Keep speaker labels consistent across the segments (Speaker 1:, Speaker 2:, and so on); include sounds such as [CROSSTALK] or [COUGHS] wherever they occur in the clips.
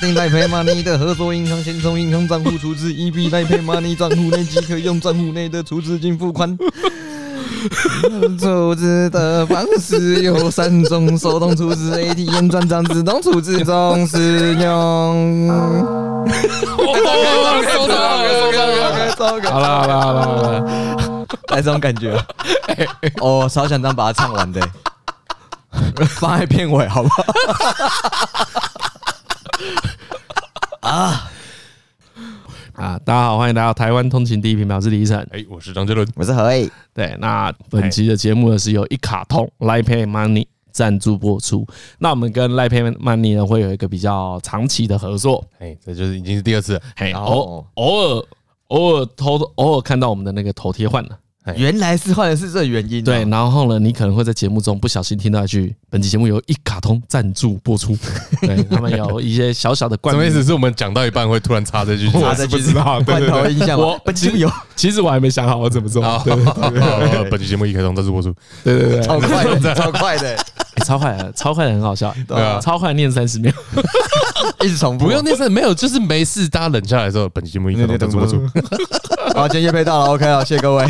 Speaker 1: 定 Line Money 的合作银行，先从银行账户出资一笔 Line Money 账户内即可用账户内的储值金付款。储值的方式有三种：手动储值、ATM 转账、自动储值中使用。
Speaker 2: 哦，收到了，收到了。好
Speaker 1: 好
Speaker 2: 了，好了，好了，好了。
Speaker 1: 来这种感觉。哦，超想这样把它唱完的，放在片尾好不好？
Speaker 2: 啊，大家好，欢迎来到台湾通勤第一品牌，我是李依晨。
Speaker 3: 哎，我是张杰伦，
Speaker 1: 我是何毅，
Speaker 2: 对，那本期的节目呢是由一卡通 Line Pay Money 赞助播出。那我们跟 Line Pay Money 呢会有一个比较长期的合作，
Speaker 3: 哎，这就是已经是第二次了，
Speaker 2: 嘿，偶
Speaker 1: 哦
Speaker 2: 偶尔偶尔偷偶尔看到我们的那个头贴换了，
Speaker 1: 原来是换的是这原因、
Speaker 2: 对，，然后呢，你可能会在节目中不小心听到一句“本期节目由一卡通赞助播出”，对他们有一些小小的
Speaker 3: 什
Speaker 2: 冠
Speaker 3: 么 [LAUGHS] 意
Speaker 2: 名。
Speaker 3: 思？是我们讲到一半会突然插这句，
Speaker 1: 插这句
Speaker 3: [LAUGHS]
Speaker 1: 是罐头印象吗
Speaker 2: 我
Speaker 1: 本期有
Speaker 2: 其实我还没想好我怎么做，
Speaker 3: 好，
Speaker 2: 对
Speaker 3: 哦本期节目一开通，再次播出。
Speaker 2: 对对对
Speaker 1: 超快
Speaker 2: [LAUGHS]
Speaker 1: 的，超快的，
Speaker 2: 欸超快的，超快的很好笑，
Speaker 1: 对
Speaker 3: 啊
Speaker 2: 超快念三十秒，
Speaker 1: 一直重复。
Speaker 3: 不用，那声，没有，就是没事，大家冷下来的时候，本期节目一开通，再次播出。
Speaker 1: 好，今天夜配到了，OK 了，谢谢各
Speaker 2: [LAUGHS]
Speaker 1: 位。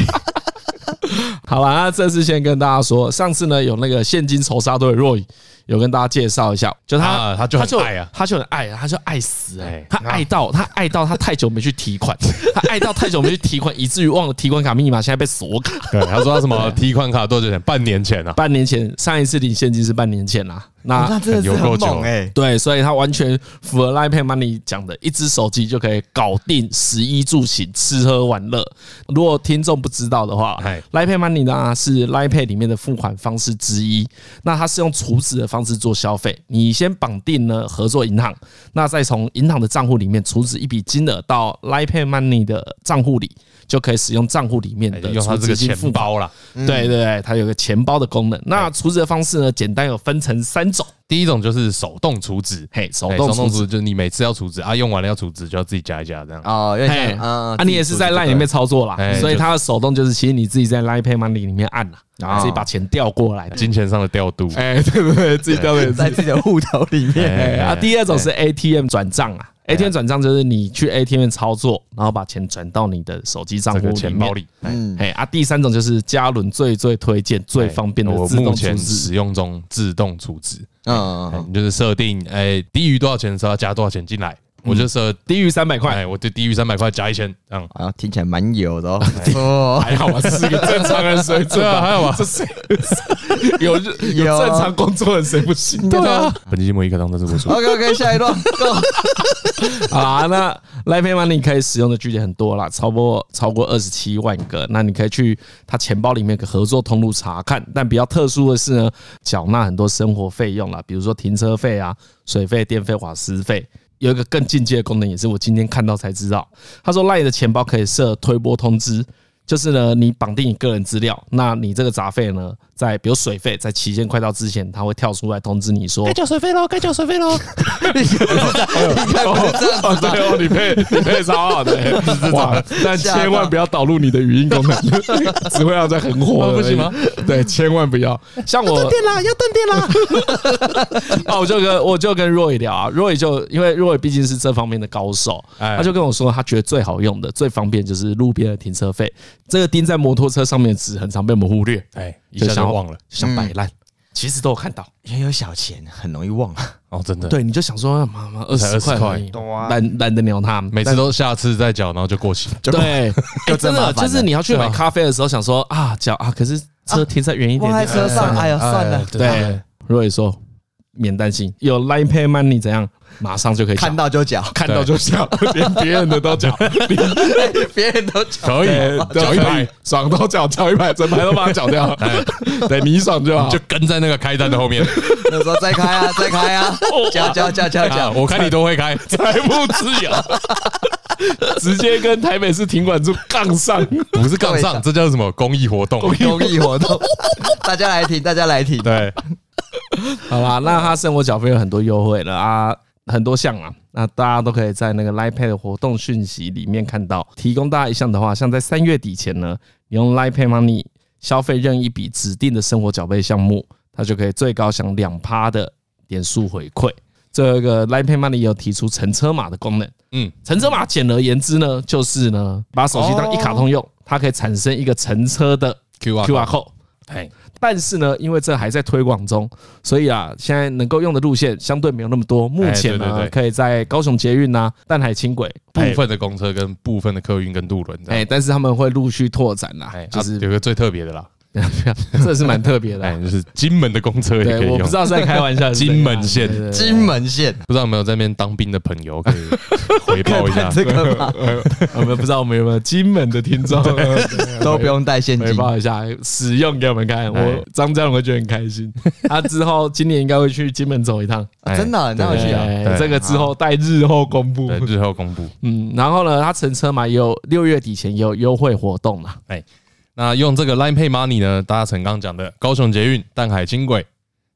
Speaker 2: 好啦，那这次先跟大家说，上次呢有那个现金仇杀队的 Roy 有跟大家介绍一下，就他、
Speaker 3: 啊他就很爱啊
Speaker 2: 他就很爱，他就爱死哎、
Speaker 3: 哎
Speaker 2: 他爱到他爱到他太久没去提款， [LAUGHS] 他爱到太久没去提款，以至于忘了提款卡密码，现在被锁卡。
Speaker 3: 对，他说他什么 [LAUGHS] 提款卡多久前？半年前啊，
Speaker 2: 半年前上一次领现金是半年前啦，那
Speaker 1: 那真的是
Speaker 3: 有够
Speaker 1: 很
Speaker 3: 久
Speaker 1: 猛哎、
Speaker 2: 对，所以他完全符合 Line Pay Money 讲的，一只手机就可以搞定食衣住行、吃喝玩乐。如果听众不知道的话
Speaker 3: 嗨
Speaker 2: ，Line Pay Money 呢是 Line Pay 里面的付款方式之一。那它是用储值的方式做消费，你先绑定呢合作银行，那再从银行的账户里面储值一笔金额到 Line Pay Money 的账户里，就可以使用账户里面
Speaker 3: 哎
Speaker 2: 的
Speaker 3: 用他
Speaker 2: 储
Speaker 3: 这
Speaker 2: 值
Speaker 3: 个
Speaker 2: 金
Speaker 3: 钱
Speaker 2: 付款。
Speaker 3: 包嗯哎啦。
Speaker 2: 对对对，它有个钱包的功能。那储值的方式呢，简单有分成三种。
Speaker 3: 第一种就是手动储值，
Speaker 2: 嘿，手
Speaker 3: 哎
Speaker 2: 动
Speaker 3: 手
Speaker 2: 储
Speaker 3: 动
Speaker 2: 值
Speaker 3: 储值就是你每次要储值啊，用完了要储值就要自己加一加这样。
Speaker 1: 哦，有
Speaker 2: 嘿
Speaker 1: 点，像，嗯，
Speaker 2: 啊，你也是在 Line 里面操作啦，
Speaker 3: 哎
Speaker 2: 所以它的手动就是，其实你自己在 Line Pay Money 里面按啦，
Speaker 3: 哦
Speaker 1: 啊
Speaker 2: 自己把钱调过来。
Speaker 3: 金钱上的调度，
Speaker 2: 哎， [LAUGHS] 对对对，自己调给自
Speaker 1: 在
Speaker 2: 己。
Speaker 1: 自己的户头里面，
Speaker 2: 哎啊，第二种是 ATM 转账啊，ATM
Speaker 3: 哎
Speaker 2: 转账就是你去 ATM 操作，然后把钱转到你的手机账
Speaker 3: 哎这
Speaker 2: 户
Speaker 3: 个
Speaker 2: 里
Speaker 3: 钱包
Speaker 2: 面。
Speaker 3: 里，
Speaker 1: 嗯，
Speaker 2: 哎啊，第三种就是嘉伦最最推荐、最方便
Speaker 3: 哎
Speaker 2: 的
Speaker 3: 我
Speaker 2: 自动
Speaker 3: 目
Speaker 2: 储
Speaker 3: 前
Speaker 2: 值。
Speaker 3: 使用中自动储值，
Speaker 1: 嗯
Speaker 3: 哎
Speaker 1: 嗯，
Speaker 3: 你就是设定，哎，低于多少钱的时候要加多少钱进来，我就设
Speaker 2: 低于三百块，
Speaker 3: 哎，我就低于三百块加一千，这样。
Speaker 1: 好像听起来蛮有的哦，不错
Speaker 2: [LAUGHS] 还好吧，这是个正常人水准
Speaker 3: 对啊还好吧
Speaker 2: 这谁有有
Speaker 1: 有
Speaker 3: 啊
Speaker 2: 正常工作的谁不行？
Speaker 1: 对啊
Speaker 3: 本期节目一刻当真是
Speaker 2: [LAUGHS]
Speaker 3: 我说，
Speaker 1: ，OK OK，下一段，Go，
Speaker 2: 好啦，那 Live Pay Money 可以使用的据点很多啦，超过超过二十七万个。那你可以去他钱包里面的合作通路查看。但比较特殊的是呢，缴纳很多生活费用啦，比如说停车费啊、水费、电费、瓦斯费。有一个更进阶的功能，也是我今天看到才知道。他说 Line 的钱包可以设推播通知，就是呢，你绑定你个人资料，那你这个杂费呢，在比如水费，在期限快到之前，它会跳出来通知你说，
Speaker 3: 交水费喽，该交水费喽。
Speaker 2: 哦
Speaker 1: 应该不是这样子吧？
Speaker 2: 对哦，你配你配超好的、 [LAUGHS] 哇！但千万不要导入你的语音功能， [LAUGHS] 只会让它很火、
Speaker 3: 哦不行吗？
Speaker 2: [LAUGHS] 对，千万不要。像我断电啦，要断电啦。 [LAUGHS] 啊，我就跟我就跟若雨聊啊，若雨就因为若雨毕竟是这方面的高手，
Speaker 3: 哎
Speaker 2: 他就跟我说，他觉得最好用的、最方便就是路边的停车费，这个钉在摩托车上面的纸很常被我们忽略，
Speaker 3: 哎，一下
Speaker 2: 想
Speaker 3: 就
Speaker 2: 要
Speaker 3: 忘了
Speaker 2: 想摆烂，其实都有看到。
Speaker 1: 因为有小钱，很容易忘啊。
Speaker 3: 哦，真的。，
Speaker 2: 对，你就想说，妈妈二十
Speaker 3: 才
Speaker 2: 块
Speaker 3: 20
Speaker 2: 而已
Speaker 1: 对啊，
Speaker 2: 懒懒得鸟他们，
Speaker 3: 每次都下次再缴，然后就过期。
Speaker 2: 对，
Speaker 1: 就
Speaker 2: 哎
Speaker 1: 真
Speaker 2: 真
Speaker 1: 麻
Speaker 2: 的
Speaker 1: 烦
Speaker 2: 就是
Speaker 1: 了
Speaker 2: 你要去买咖啡的时候，想说啊，脚啊，可是车停在远一点
Speaker 1: 忘在车
Speaker 2: 点。
Speaker 1: 上，哎呀，算了，
Speaker 2: 对，若雨说免担心，有 Line Pay Money 怎样，马上就可以
Speaker 1: 看
Speaker 2: 缴
Speaker 1: 到就缴，
Speaker 2: 看到就
Speaker 3: [LAUGHS]
Speaker 2: 笑，连别人的都讲，
Speaker 1: [LAUGHS] 别人都缴。
Speaker 3: 可以
Speaker 2: 缴
Speaker 3: 缴
Speaker 2: 一
Speaker 3: 一
Speaker 2: 排
Speaker 3: 排，
Speaker 2: 爽都缴，缴一排，整排都把它缴掉， [LAUGHS] 对你爽就好
Speaker 3: 就。跟在那个开单的后面。
Speaker 1: 那时候再开啊，再开啊，缴缴缴
Speaker 2: [LAUGHS]
Speaker 1: 缴
Speaker 3: 啊
Speaker 1: 缴。
Speaker 3: 我看你都会开，
Speaker 2: 财务自由，直接跟台北市停管处杠上。
Speaker 3: [LAUGHS] 不是杠上，这叫什么公益活动？啊
Speaker 1: 公益活动，大家来听，大家来听。
Speaker 2: [LAUGHS]
Speaker 3: 对，
Speaker 2: 好啦，那他生活缴费有很多优惠了啊，很多项啊，那大家都可以在那个 Line Pay 的活动讯息里面看到。提供大家一项的话，像在三月底前呢，你用 Line Pay Money 消费任意一笔指定的生活缴费项目，它就可以最高享两趴的点数回馈。这个 Line Pay Money 有提出乘车码的功能。
Speaker 3: 嗯，
Speaker 2: 乘车码简而言之呢，就是呢把手机当一卡通用，它可以产生一个乘车的
Speaker 3: QR
Speaker 2: QR code。
Speaker 3: 哎，
Speaker 2: 但是呢，因为这还在推广中，所以啊，现在能够用的路线相对没有那么多。目前
Speaker 3: 哎对对
Speaker 2: 呢，
Speaker 3: 对
Speaker 2: 可以在高雄捷运呐、淡海轻轨
Speaker 3: 部
Speaker 2: 哎
Speaker 3: 分的公车跟部分的客运跟渡轮这样，
Speaker 2: 哎，但是他们会陆续拓展啦
Speaker 3: 哎，，
Speaker 2: 就
Speaker 3: 就是是有个最特别的啦，
Speaker 2: [LAUGHS] 这是蛮特别的
Speaker 3: 哎，
Speaker 2: 啊。
Speaker 3: 就是金门的公车也可以
Speaker 2: 对，我
Speaker 3: 用
Speaker 2: 不知。道是在开玩笑还是怎样，啊
Speaker 3: 金门线
Speaker 2: 对对对
Speaker 1: 金门县
Speaker 3: 不知道有没有在那边当兵的朋友可以
Speaker 2: [LAUGHS]
Speaker 3: 回报一下？
Speaker 1: 这个吧，
Speaker 2: 我们不知道我们有没有金门的听
Speaker 3: [LAUGHS]
Speaker 2: 众，
Speaker 1: 都不用带现
Speaker 2: 回
Speaker 1: 金。
Speaker 2: 报一下，使用给我们看。
Speaker 3: 哎
Speaker 2: 我张家荣会觉得很开
Speaker 3: [LAUGHS]
Speaker 2: 心，他之后今年应该会去金门走一趟。
Speaker 1: 啊真的啊你那
Speaker 3: 对
Speaker 1: 我去啊
Speaker 2: 哎
Speaker 3: 对
Speaker 2: 这个之后待日后公布。
Speaker 3: 对，日后公布。
Speaker 2: 嗯，然后呢，它乘车嘛，也有六月底前也有优惠活动啦。
Speaker 3: 那用这个 Line Pay Money 呢，搭乘刚刚讲的高雄捷运、淡海轻轨，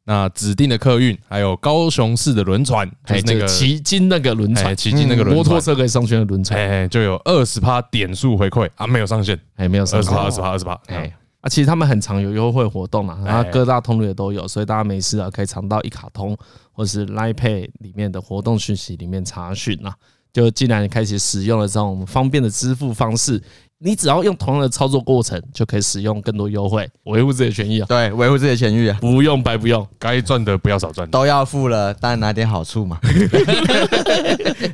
Speaker 3: 那指定的客运，还有高雄市的轮船，就是那
Speaker 2: 就
Speaker 3: 哎个
Speaker 2: 骑金那个轮
Speaker 3: 哎
Speaker 2: 船，
Speaker 3: 骑进那个轮
Speaker 2: 摩托
Speaker 3: 船，
Speaker 2: 车可以上去的轮船，
Speaker 3: 哎，就有二十趴点数回馈啊，没有上限，
Speaker 2: 哎，没有
Speaker 3: 二
Speaker 2: 上
Speaker 3: 十
Speaker 2: 车
Speaker 3: 趴，。二十趴，二十趴，哎
Speaker 2: 哎，啊，其实他们很常有优惠活动啦，然后
Speaker 3: 哎
Speaker 2: 各大通路也都有，所以大家没事啊，可以尝到一卡通或是 Line Pay 里面的活动讯息里面查询啦。就既然开始使用了这种方便的支付方式，你只要用同样的操作过程，就可以使用更多优惠，维护自己的权益啊，
Speaker 1: 对，维护自己的权益啊，
Speaker 2: 不用白不用。
Speaker 3: 该赚的不要少赚。
Speaker 1: 都要付了，当然拿点好处嘛。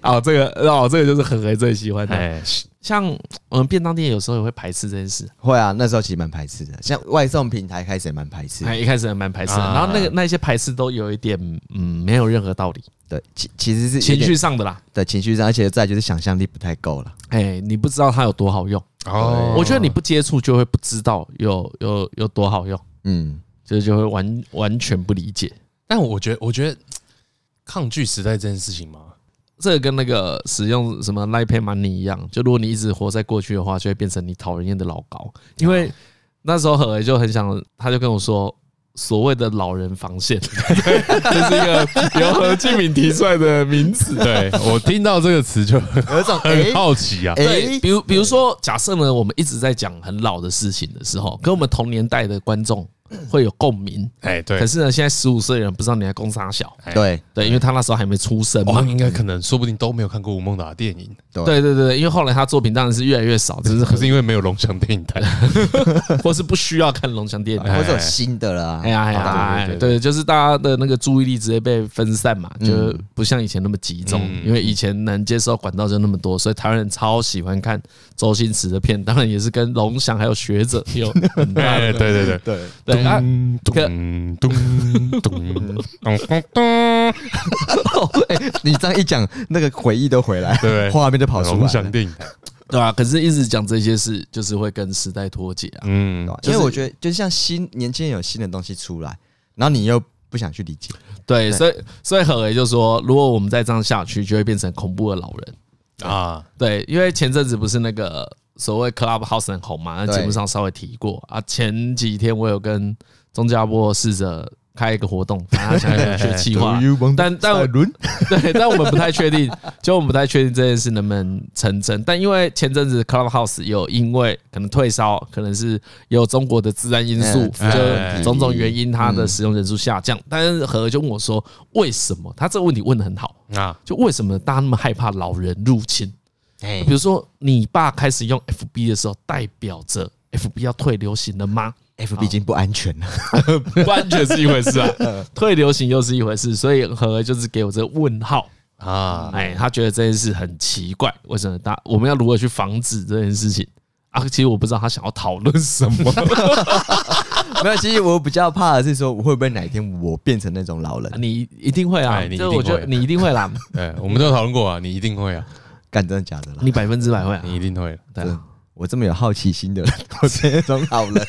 Speaker 2: 哦，这个哦，这个就是何何最喜欢的。
Speaker 3: 哎，
Speaker 2: 像我们便当店有时候也会排斥这件事，
Speaker 1: 会啊，那时候其实蛮排斥的，像外送平台开始也蛮排斥的。
Speaker 2: 哎，一开始还蛮排斥的，
Speaker 3: 啊
Speaker 2: 然后那个那些排斥都有一点，嗯，没有任何道理，
Speaker 1: 对，其其实是有
Speaker 2: 情
Speaker 1: 点
Speaker 2: 绪上的啦。
Speaker 1: 对情绪上，而且再就是想象力不太够了。
Speaker 2: 哎，你不知道它有多好用，
Speaker 3: 哦
Speaker 2: 我觉得你不接触就会不知道有有有多好用，
Speaker 1: 嗯，
Speaker 2: 这就会完完全不理解。
Speaker 3: 但我觉得，我觉得抗拒时代这件事情嘛，
Speaker 2: 这个跟那个使用什么 Line Pay Money 一样，就如果你一直活在过去的话，就会变成你讨人厌的老高。因为那时候何为就很想，他就跟我说，所谓的老人防 [LAUGHS] 线，这是一个由何敬敏提出来的名词。
Speaker 3: 对我听到这个词就
Speaker 1: 有一种哎
Speaker 3: 很好奇啊。
Speaker 2: [LAUGHS] 对，
Speaker 1: 哎，
Speaker 2: 比如比如说，假设呢，我们一直在讲很老的事情的时候，跟我们同年代的观众会有共鸣。
Speaker 3: 哎，对
Speaker 2: 可，是呢，现在十五岁的人不知道你在攻啥小，
Speaker 1: 对
Speaker 2: 对，因为他那时候还没出生
Speaker 3: 我
Speaker 2: 嘛
Speaker 3: 们。哦应该可能说不定都没有看过吴孟达的电影，
Speaker 2: 对对对对，因为后来他作品当然是越来越少，只是
Speaker 3: [LAUGHS] 可是因为没有龙翔电影台。
Speaker 2: 或是不需要看龙翔电台。
Speaker 1: 或者有新的了啊
Speaker 2: 哎。呀哎呀，哎
Speaker 3: 对对对
Speaker 2: 对，就是大家的那个注意力直接被分散嘛，就不像以前那么集中，
Speaker 3: 嗯
Speaker 2: 因为以前能接受管道就那么多，所以台湾人超喜欢看周星驰的片，当然也是跟龙翔还有学者 [LAUGHS] 有很大
Speaker 3: [LAUGHS] 哎，
Speaker 2: 的
Speaker 3: 对对对。
Speaker 1: 对，
Speaker 2: 对啊，
Speaker 3: 咚
Speaker 2: 可
Speaker 3: 咚咚咚咚咚，
Speaker 1: [LAUGHS] 哎你这样一讲，那个回忆都回来，[LAUGHS]
Speaker 3: 对
Speaker 1: 画面就跑出
Speaker 3: 龙
Speaker 1: 来
Speaker 3: 翔
Speaker 1: 了。
Speaker 3: 电影台。
Speaker 2: 对啊，可是一直讲这些事，就是会跟时代脱节啊。
Speaker 3: 嗯
Speaker 1: 对，吧
Speaker 2: 就
Speaker 1: 因
Speaker 2: 是
Speaker 1: 为我觉得，就像新年轻人有新的东西出来，然后你又不想去理解，
Speaker 2: 对，所以所以何为就说，如果我们再这样下去，就会变成恐怖的老人。
Speaker 3: 啊，
Speaker 2: 对，因为前阵子不是那个所谓 Clubhouse 很红嘛，那
Speaker 1: 对
Speaker 2: 节目上稍微提过啊。前几天我有跟钟家波试着开一个
Speaker 1: [LAUGHS]
Speaker 2: 活动，反正他想要有趣的计划
Speaker 1: Do，you want
Speaker 2: 但但
Speaker 1: 再轮
Speaker 2: 对，但我们不太确定， [LAUGHS] 就我们不太确定这件事能不能成真。但因为前阵子 Clubhouse 有因为可能退烧，可能是有中国的自然因素，
Speaker 1: 嗯
Speaker 2: 就种种原因，它的使用人数下降。但是何何就问我说，为什么？他这个问题问的很好，
Speaker 3: 啊，
Speaker 2: 就为什么大家那么害怕老人入侵？
Speaker 1: 哎
Speaker 2: 比如说你爸开始用 FB 的时候，代表着 FB 要退流行了吗？ [LAUGHS]
Speaker 1: ，FB 已经不安全了。
Speaker 2: 不安全是一回
Speaker 3: [LAUGHS]
Speaker 2: 事
Speaker 3: 嗯
Speaker 2: 啊，退流行又是一回事，所以何就是给我这个问号。
Speaker 3: 啊，
Speaker 2: 哎，他觉得这件事很奇怪，为什么大我们要如何去防止这件事情啊？其实我不知道他想要讨论什
Speaker 3: [LAUGHS]
Speaker 2: 么。
Speaker 1: [LAUGHS] 没有，其实我比较怕的是说，我会不会哪一天我变成那种老
Speaker 2: [LAUGHS]
Speaker 1: 人？
Speaker 2: 你一定会啊，
Speaker 3: 哎你一定
Speaker 2: 就
Speaker 3: 会
Speaker 2: 我觉得你一定会
Speaker 3: [LAUGHS]
Speaker 2: 啦，
Speaker 3: 对，哎我们都有讨论过啊，你一定会啊，
Speaker 1: 干真的假的啦？
Speaker 2: 你百分之百会啊。
Speaker 3: 你一定会啊。
Speaker 2: 对
Speaker 1: 真的
Speaker 2: 啊，
Speaker 1: 我这么有好奇心的人，我是那种老人。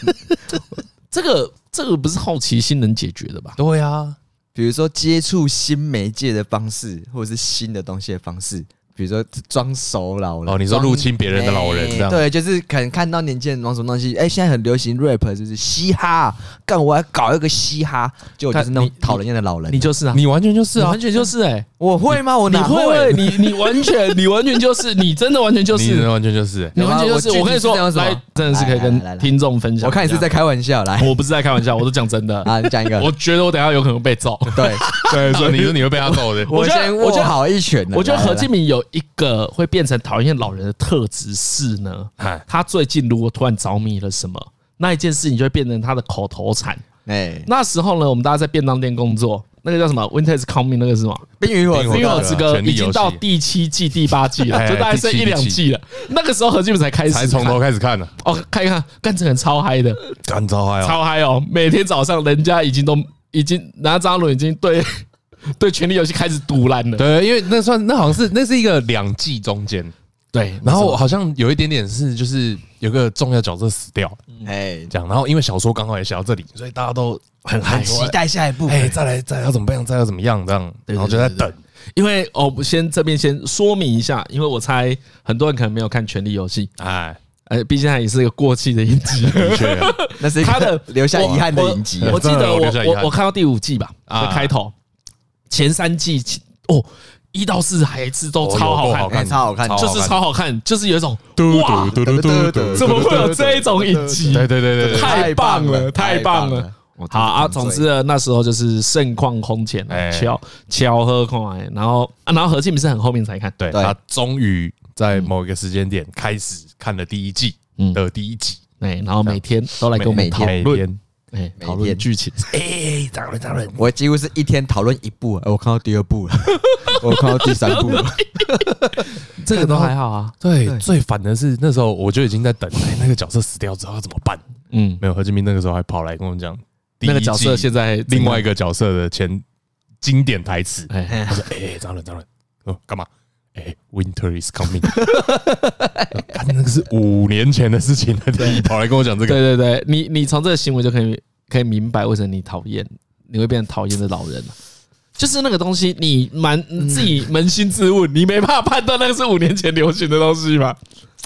Speaker 2: 这个这个不是好奇心能解决的吧？
Speaker 3: 对啊，
Speaker 1: 比如说接触新媒介的方式，或者是新的东西的方式，比如说装熟老人
Speaker 3: 哦，你说入侵别人的老人这样，
Speaker 1: 哎对，啊就是可能看到年轻人玩什么东西，哎、现在很流行 rap，就是嘻哈，干我要搞一个嘻哈，就就是那种讨人厌的老人。
Speaker 2: 你就是啊，
Speaker 3: 你完全就是
Speaker 2: 你
Speaker 3: 啊
Speaker 2: 完，全就是哎，
Speaker 1: 我会吗？我
Speaker 2: 你
Speaker 1: 哪
Speaker 2: 会不会？你你完全
Speaker 1: [LAUGHS]
Speaker 2: 你完全就是你真的完全就
Speaker 3: 你
Speaker 2: 是
Speaker 3: 完全就是欸
Speaker 2: 你完全就是
Speaker 1: 有啊我具体
Speaker 2: 我跟你说
Speaker 1: 是这样，子吗
Speaker 2: 来真的是可以
Speaker 1: 来来来
Speaker 2: 跟
Speaker 1: 来
Speaker 2: 听众分享。
Speaker 1: 我看你是在，开玩笑，来
Speaker 2: 我不是在开玩笑，我是讲真的。
Speaker 1: 啊，你讲一个，
Speaker 2: 我觉得我等一下有可能
Speaker 1: [LAUGHS]
Speaker 2: 被揍。
Speaker 1: 对，
Speaker 3: 对，所以哦你说你会被他揍的，
Speaker 2: 我觉得
Speaker 1: 先
Speaker 2: 我
Speaker 1: 握
Speaker 2: 觉得
Speaker 1: 好一拳啊。
Speaker 2: 我觉得
Speaker 1: 来
Speaker 2: 何敬明有一个会变成讨厌老人的特质是呢，
Speaker 3: 哎，
Speaker 2: 他最近如果突然着迷了什么，那一件事情就会变成他的口头禅。
Speaker 1: 来哎，
Speaker 2: 那时候呢，我们大家在便当店工作，那个叫什么 Winter's Coming，那个是什么？
Speaker 1: 冰与火
Speaker 3: 冰
Speaker 1: 之
Speaker 2: 《
Speaker 3: 与火
Speaker 2: 冰与
Speaker 1: 歌
Speaker 2: 火之歌
Speaker 3: 权》力
Speaker 2: 已
Speaker 3: 游
Speaker 2: 经
Speaker 3: 戏
Speaker 2: 到第七季、第八季了，
Speaker 3: 哎
Speaker 2: 就大概剩
Speaker 3: 第七
Speaker 2: 一两季了。那个时候何敬明才开始
Speaker 3: 才
Speaker 2: 看，
Speaker 3: 从头开始看呢，
Speaker 2: 哦，看一看，干这个人超嗨的，
Speaker 3: 干招嗨啊！
Speaker 2: 超嗨哦！每天早上人家已经都已经拿张伦已经对 [LAUGHS] 对权力游戏开始堵烂了，
Speaker 3: 对，因为那算那好像是那是一个两季中间，
Speaker 2: 对，
Speaker 3: 然后好像有一点点是就是有个重要角色死掉
Speaker 1: 哎，
Speaker 3: 这样，然后因为小说刚好也写到这里，所以大家都很
Speaker 1: 很
Speaker 3: 很
Speaker 1: 期待下一步。
Speaker 3: 哎，再来再来要怎么样，再要怎么样这样，然后就在等，
Speaker 2: 因为哦，我先这边先说明一下，因为我猜很多人可能没有看《权力游戏》，
Speaker 3: 哎，
Speaker 2: 呃，毕竟它也是一个过气的影
Speaker 3: [LAUGHS]
Speaker 2: 集。
Speaker 3: 的确啊，
Speaker 1: 那是一个
Speaker 2: 他的
Speaker 1: 留下遗憾的影集啊
Speaker 2: 我。我记得
Speaker 3: 我
Speaker 2: 我
Speaker 3: 留下遗憾
Speaker 2: 我我看到第五季吧，
Speaker 3: 啊
Speaker 2: 的开头前三季其哦一到四还是都超
Speaker 3: 哦
Speaker 2: 好看，
Speaker 1: 哎超好看
Speaker 2: 就是超好看，就是有一种
Speaker 3: 嘟
Speaker 2: 哇，
Speaker 3: 嘟嘟嘟嘟，
Speaker 2: 啊怎么会有这一种影集？
Speaker 3: 对对对对，
Speaker 2: 太棒了太棒了！
Speaker 1: 我真的
Speaker 2: 好啊，
Speaker 1: 很
Speaker 2: 总
Speaker 1: 醉
Speaker 2: 之呢，那时候就是盛况空前啊
Speaker 3: 哎，
Speaker 2: 巧巧合空来，然后啊，然后何庆明是很后面才看，
Speaker 3: 对
Speaker 1: 对
Speaker 3: 他终于在某一个时间点开始看了第一季
Speaker 2: 嗯
Speaker 3: 的第一集，
Speaker 2: 哎，然后每天都来跟我们
Speaker 1: 每
Speaker 2: 讨
Speaker 3: 每
Speaker 2: 论，
Speaker 3: 天
Speaker 2: 哎，
Speaker 1: 每
Speaker 2: 讨论
Speaker 1: 天
Speaker 2: 剧情，
Speaker 3: 哎，讨论讨论，
Speaker 1: 我几乎是一天讨论一部，哎我看到第二
Speaker 2: [LAUGHS]
Speaker 1: 部了，我看到第三部了。
Speaker 2: 这个都还好啊，
Speaker 3: 对，最烦的是那时候我就已经在等，哎，那个角色死掉之后要怎么办？
Speaker 2: 嗯，
Speaker 3: 没有，何志明那个时候还跑来跟我讲，
Speaker 2: 那个角色现
Speaker 3: 在
Speaker 2: 在怎样
Speaker 3: 另外一个角色的前经典台词，
Speaker 2: 哎，
Speaker 3: 他说：“哎，张伦，张伦，哦，干嘛？”哎，Winter is coming，看那个是五年前的事情了，你跑来跟我讲这个，
Speaker 2: 对对对，你你从这个行为就可以可以明白为什么你讨厌，你会变成讨厌的老人了。就是那个东西，你蛮自己扪心自问，你没办法判断那个是五年前流行的东西吧？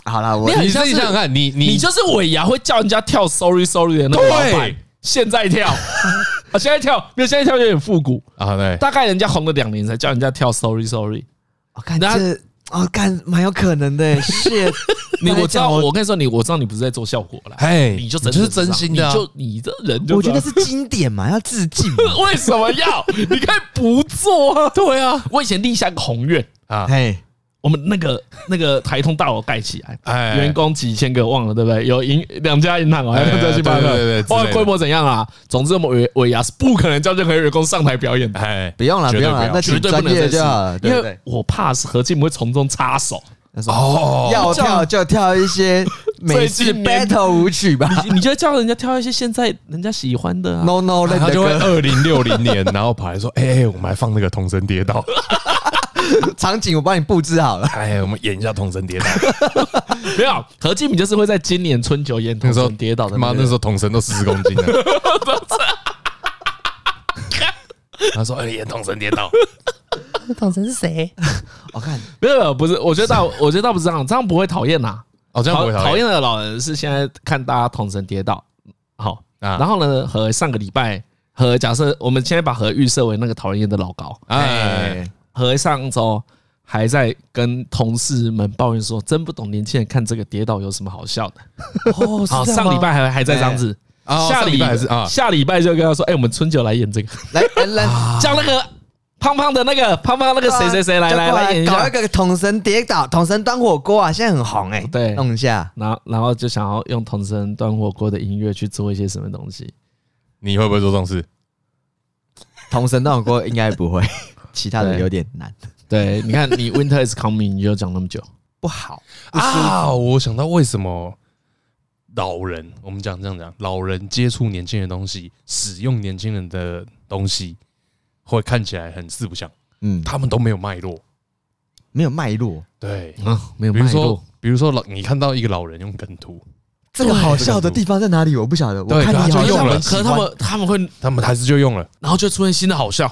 Speaker 1: 好啦，我
Speaker 2: 你很
Speaker 3: 你自
Speaker 2: 像
Speaker 3: 己
Speaker 2: 是
Speaker 3: 想想看，你
Speaker 2: 你
Speaker 3: 你
Speaker 2: 就是尾牙会叫人家跳 Sorry Sorry 的那个老板
Speaker 3: 对，
Speaker 2: 现在跳啊，现在跳没有，现在跳有点复古，
Speaker 3: 啊，对，
Speaker 2: 大概人家红了两年才叫人家跳 Sorry Sorry。
Speaker 1: 我看
Speaker 2: 那
Speaker 1: 这，哦，看蛮有可能的。是，
Speaker 2: [LAUGHS] 你我知道，
Speaker 1: 刚才讲
Speaker 2: 我跟你说，你我知道你不是在做效果啦，
Speaker 3: 哎，
Speaker 2: 你就真
Speaker 3: 你
Speaker 2: 的
Speaker 3: 就是
Speaker 2: 知道
Speaker 3: 真心的
Speaker 2: 你
Speaker 3: 啊，
Speaker 2: 就你这人就
Speaker 1: 我
Speaker 2: 知
Speaker 1: 觉
Speaker 2: 道，
Speaker 1: 得是经典嘛，要致敬嘛。
Speaker 2: [LAUGHS] 为什么要？你可以不做啊。对啊，我以前立下个宏愿，
Speaker 3: 啊，
Speaker 1: 嘿，
Speaker 2: 我们那个 [LAUGHS] 那个台通大楼盖起来，
Speaker 3: 哎
Speaker 2: 员工几千个忘了，对不对？有银两家银行哦，还有两家星巴克，
Speaker 3: 哎对对对对之类
Speaker 2: 哇，
Speaker 3: 的
Speaker 2: 规模怎样啊？总之，我们尾尾牙是不可能叫任何员工上台表演的，
Speaker 3: 哎，
Speaker 1: 不用了，
Speaker 3: 绝
Speaker 1: 不
Speaker 3: 对
Speaker 1: 用了，
Speaker 3: 不要
Speaker 1: 那
Speaker 2: 绝
Speaker 1: 请
Speaker 2: 对不
Speaker 1: 专
Speaker 2: 能
Speaker 1: 业
Speaker 2: 再
Speaker 1: 就好了，
Speaker 2: 因
Speaker 1: 对不
Speaker 2: 为
Speaker 1: 对？
Speaker 2: 我怕是何进会从中插
Speaker 3: [LAUGHS]
Speaker 2: 手。
Speaker 1: 他说
Speaker 3: 哦
Speaker 1: 要跳就跳一些美
Speaker 2: 最
Speaker 1: 式
Speaker 2: 近年
Speaker 1: battle 舞曲吧。
Speaker 2: 你就叫人家挑一些现在人家喜欢的
Speaker 1: [LAUGHS]
Speaker 2: 啊，
Speaker 1: No No 类
Speaker 3: 哦他
Speaker 1: 的
Speaker 3: 就会
Speaker 1: 歌，
Speaker 3: 二零六零年，然后跑来说：“哎、哎我们还放那个童声跌倒，
Speaker 1: 场景我帮你布置好
Speaker 2: [LAUGHS]
Speaker 1: 了。
Speaker 3: 哎，我们演一下童声跌倒。
Speaker 2: 没有何进，你就是会在今年春酒演
Speaker 3: 那
Speaker 2: 同
Speaker 3: 时候
Speaker 2: 城跌倒的那个
Speaker 3: 妈那
Speaker 2: 人
Speaker 3: 时候童声都四十公
Speaker 2: [LAUGHS]
Speaker 3: 斤了。他说：“哎、演童声跌倒，
Speaker 4: 董晨是谁？
Speaker 1: 我看
Speaker 2: 没有没有不是，我觉得大 [LAUGHS] 我觉得倒不是这样，这样不会讨厌呐。
Speaker 3: 哦，这样不会
Speaker 2: 讨
Speaker 3: 讨
Speaker 2: 讨
Speaker 3: 厌
Speaker 2: 厌的老人是现在看大家同城跌倒，好，
Speaker 3: 啊
Speaker 2: 然后呢，和上个礼拜和假设我们现在把和预设为那个讨人厌的老高，
Speaker 3: 哎，
Speaker 2: 和上周还在跟同事们抱怨说，真不懂年轻人看这个跌倒有什么好笑的。
Speaker 3: 哦
Speaker 2: 好，上礼拜还还在这样子，
Speaker 3: 啊，
Speaker 2: 下
Speaker 3: 下礼拜还是啊，
Speaker 2: 下礼拜就跟他说，哎，我们春酒来演这个，
Speaker 1: 来哎来
Speaker 2: [LAUGHS]
Speaker 3: 啊
Speaker 1: 来，
Speaker 2: 叫那个胖胖的那个胖胖那个啊谁谁谁来
Speaker 1: 就过
Speaker 2: 来来演一
Speaker 1: 搞
Speaker 2: 下
Speaker 1: 一。个桶神跌倒，桶神端火锅啊，现在很红哎，
Speaker 2: 对
Speaker 1: 弄一下。
Speaker 2: 然后，然后就想要用童声端火锅的音乐去做一些什么东西，
Speaker 3: 你会不会做这种事？
Speaker 1: 桶神端火锅应该不 [LAUGHS] 会，其他的
Speaker 2: 对
Speaker 1: 有点难，
Speaker 2: 对，你看，你 Winter is coming，你就讲那么久，
Speaker 1: 不好。
Speaker 3: 啊，我想到为什么老人，我们讲这样讲，老人接触年轻人的东西，使用年轻人的东西，会看起来很四不像，
Speaker 1: 嗯，
Speaker 3: 他们都没有脉络。
Speaker 1: 没有脉络，
Speaker 3: 对，
Speaker 2: 啊，没有
Speaker 3: 比
Speaker 2: 脉
Speaker 3: 如
Speaker 2: 络
Speaker 3: 说，，比如说老，你看到一个老人用梗图，
Speaker 1: 这个好笑的地方在哪里？我不晓得。
Speaker 3: 对
Speaker 1: 我看你
Speaker 3: 可
Speaker 1: 好
Speaker 3: 他就
Speaker 1: 像
Speaker 3: 用了
Speaker 1: 很喜欢
Speaker 2: 可是他们他们会，
Speaker 3: 他们还是就用了。
Speaker 2: 然后就出现新的好笑，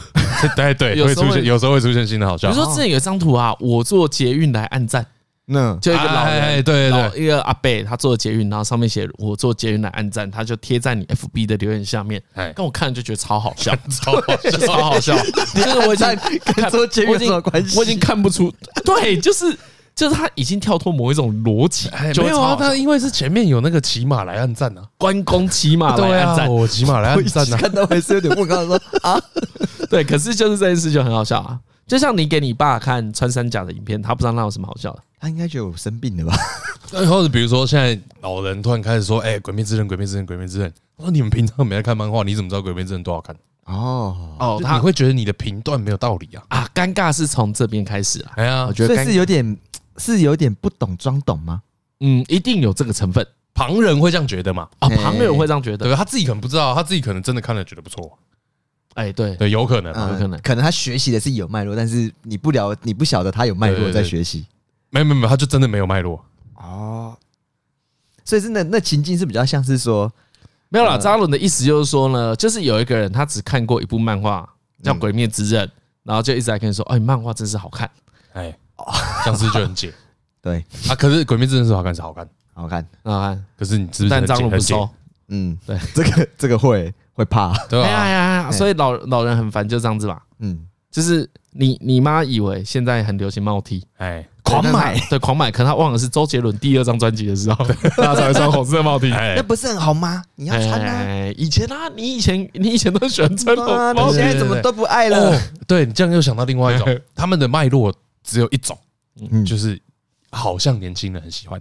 Speaker 3: [LAUGHS] 对对，
Speaker 2: 有
Speaker 3: 会
Speaker 2: 时候
Speaker 3: 出现，
Speaker 2: 会
Speaker 3: [LAUGHS] 有时候会出现新的好
Speaker 2: 比
Speaker 3: 笑
Speaker 2: 如。说之前有一张图啊，我坐捷运来按赞，
Speaker 1: 那
Speaker 2: 就一个老
Speaker 3: 哎哎
Speaker 2: 人，
Speaker 3: 对对
Speaker 2: 老一个阿伯，他坐捷运，然后上面写我坐捷运来按赞，他就贴在你 FB 的留言下面
Speaker 3: 哎，
Speaker 2: 跟我看了就觉得超好笑，
Speaker 3: 超好笑，
Speaker 2: 超好笑，就是我已经
Speaker 1: 跟坐捷运
Speaker 2: 我
Speaker 1: 有
Speaker 2: 已
Speaker 1: 什么
Speaker 2: 经
Speaker 1: 关系？
Speaker 2: 我已经看不出，对，就是就是他已经跳脱某一种逻辑
Speaker 3: 哎，，
Speaker 2: 就
Speaker 3: 没
Speaker 2: 会
Speaker 3: 有
Speaker 2: 超
Speaker 3: 啊，
Speaker 2: 好笑
Speaker 3: 但因为是前面有那个骑马来暗战啊，
Speaker 2: 关公骑马
Speaker 3: 对
Speaker 2: 来按
Speaker 3: 啊，
Speaker 2: 赞，
Speaker 3: 我骑马来暗战啊，
Speaker 1: 看到还是有点问号，说啊，
Speaker 2: 对，可是就是这件事就很好笑啊。就像你给你爸看穿山甲的影片，他不知道那有什么好笑的。
Speaker 1: 他应该觉得我生病了吧？
Speaker 3: 那 [LAUGHS] 或者比如说，现在老人突然开始说：“哎、鬼灭之刃》《鬼灭之刃》《鬼灭之刃》。”我说：“你们平常没在看漫画，你怎么知道《鬼灭之刃》多好看？”
Speaker 1: [LAUGHS] 哦，
Speaker 2: 哦
Speaker 3: 就
Speaker 2: 他
Speaker 3: 你会觉得你的评断没有道理啊！
Speaker 2: 啊，尴尬是从这边开始啊。
Speaker 3: 哎呀
Speaker 2: 我，觉
Speaker 1: 所
Speaker 2: 得
Speaker 1: 以
Speaker 2: 尴
Speaker 1: 是有点是有点不懂装懂吗？
Speaker 2: 嗯，一定有这个成分
Speaker 3: 旁人会这样觉得嘛？
Speaker 2: 啊，
Speaker 1: 哎
Speaker 2: 旁人会这样觉
Speaker 3: 对
Speaker 2: 得。
Speaker 3: 吧？他自己可能不知道，他自己可能真的看了觉得不错，
Speaker 2: 哎，对，
Speaker 3: 对，有可能啊。
Speaker 1: 嗯
Speaker 2: 有可能
Speaker 1: 可能他学习的是有脉络，但是你不了，你不晓得他有脉络在学习
Speaker 3: 没没没，他就真的没有脉络。
Speaker 1: 哦。所以真的，那情境是比较像是说，
Speaker 2: 没有
Speaker 3: 嗯
Speaker 2: 啦。张嘉伦的意思就是说呢，就是有一个人他只看过一部漫画叫
Speaker 3: 嗯
Speaker 2: 《鬼灭之刃》，然后就一直在跟你说，哎，漫画真是好看。
Speaker 3: 哎， [LAUGHS] 僵尸就很解
Speaker 1: 对，
Speaker 3: 啊。可是《鬼灭之刃》是好看是好看，
Speaker 1: 好看，
Speaker 2: 啊，
Speaker 3: 可嗯是你知不知道
Speaker 2: 但
Speaker 3: 很
Speaker 2: 张
Speaker 3: 解
Speaker 2: 伦不
Speaker 3: 很解？
Speaker 2: 收。
Speaker 1: 嗯，
Speaker 2: 对，
Speaker 1: 这个这个会会怕，
Speaker 3: 对啊
Speaker 2: 哎呀
Speaker 3: 吧？
Speaker 2: 呀呀！
Speaker 1: 哎
Speaker 2: 所以老老人很烦，就这样子嘛。
Speaker 1: 嗯，
Speaker 2: 就是你你妈以为现在很流行帽 T，
Speaker 3: 哎
Speaker 1: 狂买，
Speaker 2: 对，狂买，可能他忘了是周杰伦第二张专辑的时候，大家才会穿红色帽 T。
Speaker 1: 那
Speaker 3: 哎，
Speaker 1: 不是很好吗？你要穿啊，
Speaker 2: 哎，以前啊，你以前你以前都喜欢穿红
Speaker 1: 啊，
Speaker 2: 帽
Speaker 1: 你
Speaker 2: ，T，
Speaker 1: 现在怎么都不爱了
Speaker 3: 哦？，对你这样又想到另外一 [LAUGHS] 种，他们的脉络只有一种，
Speaker 1: 嗯
Speaker 3: 就是好像年轻人很喜欢。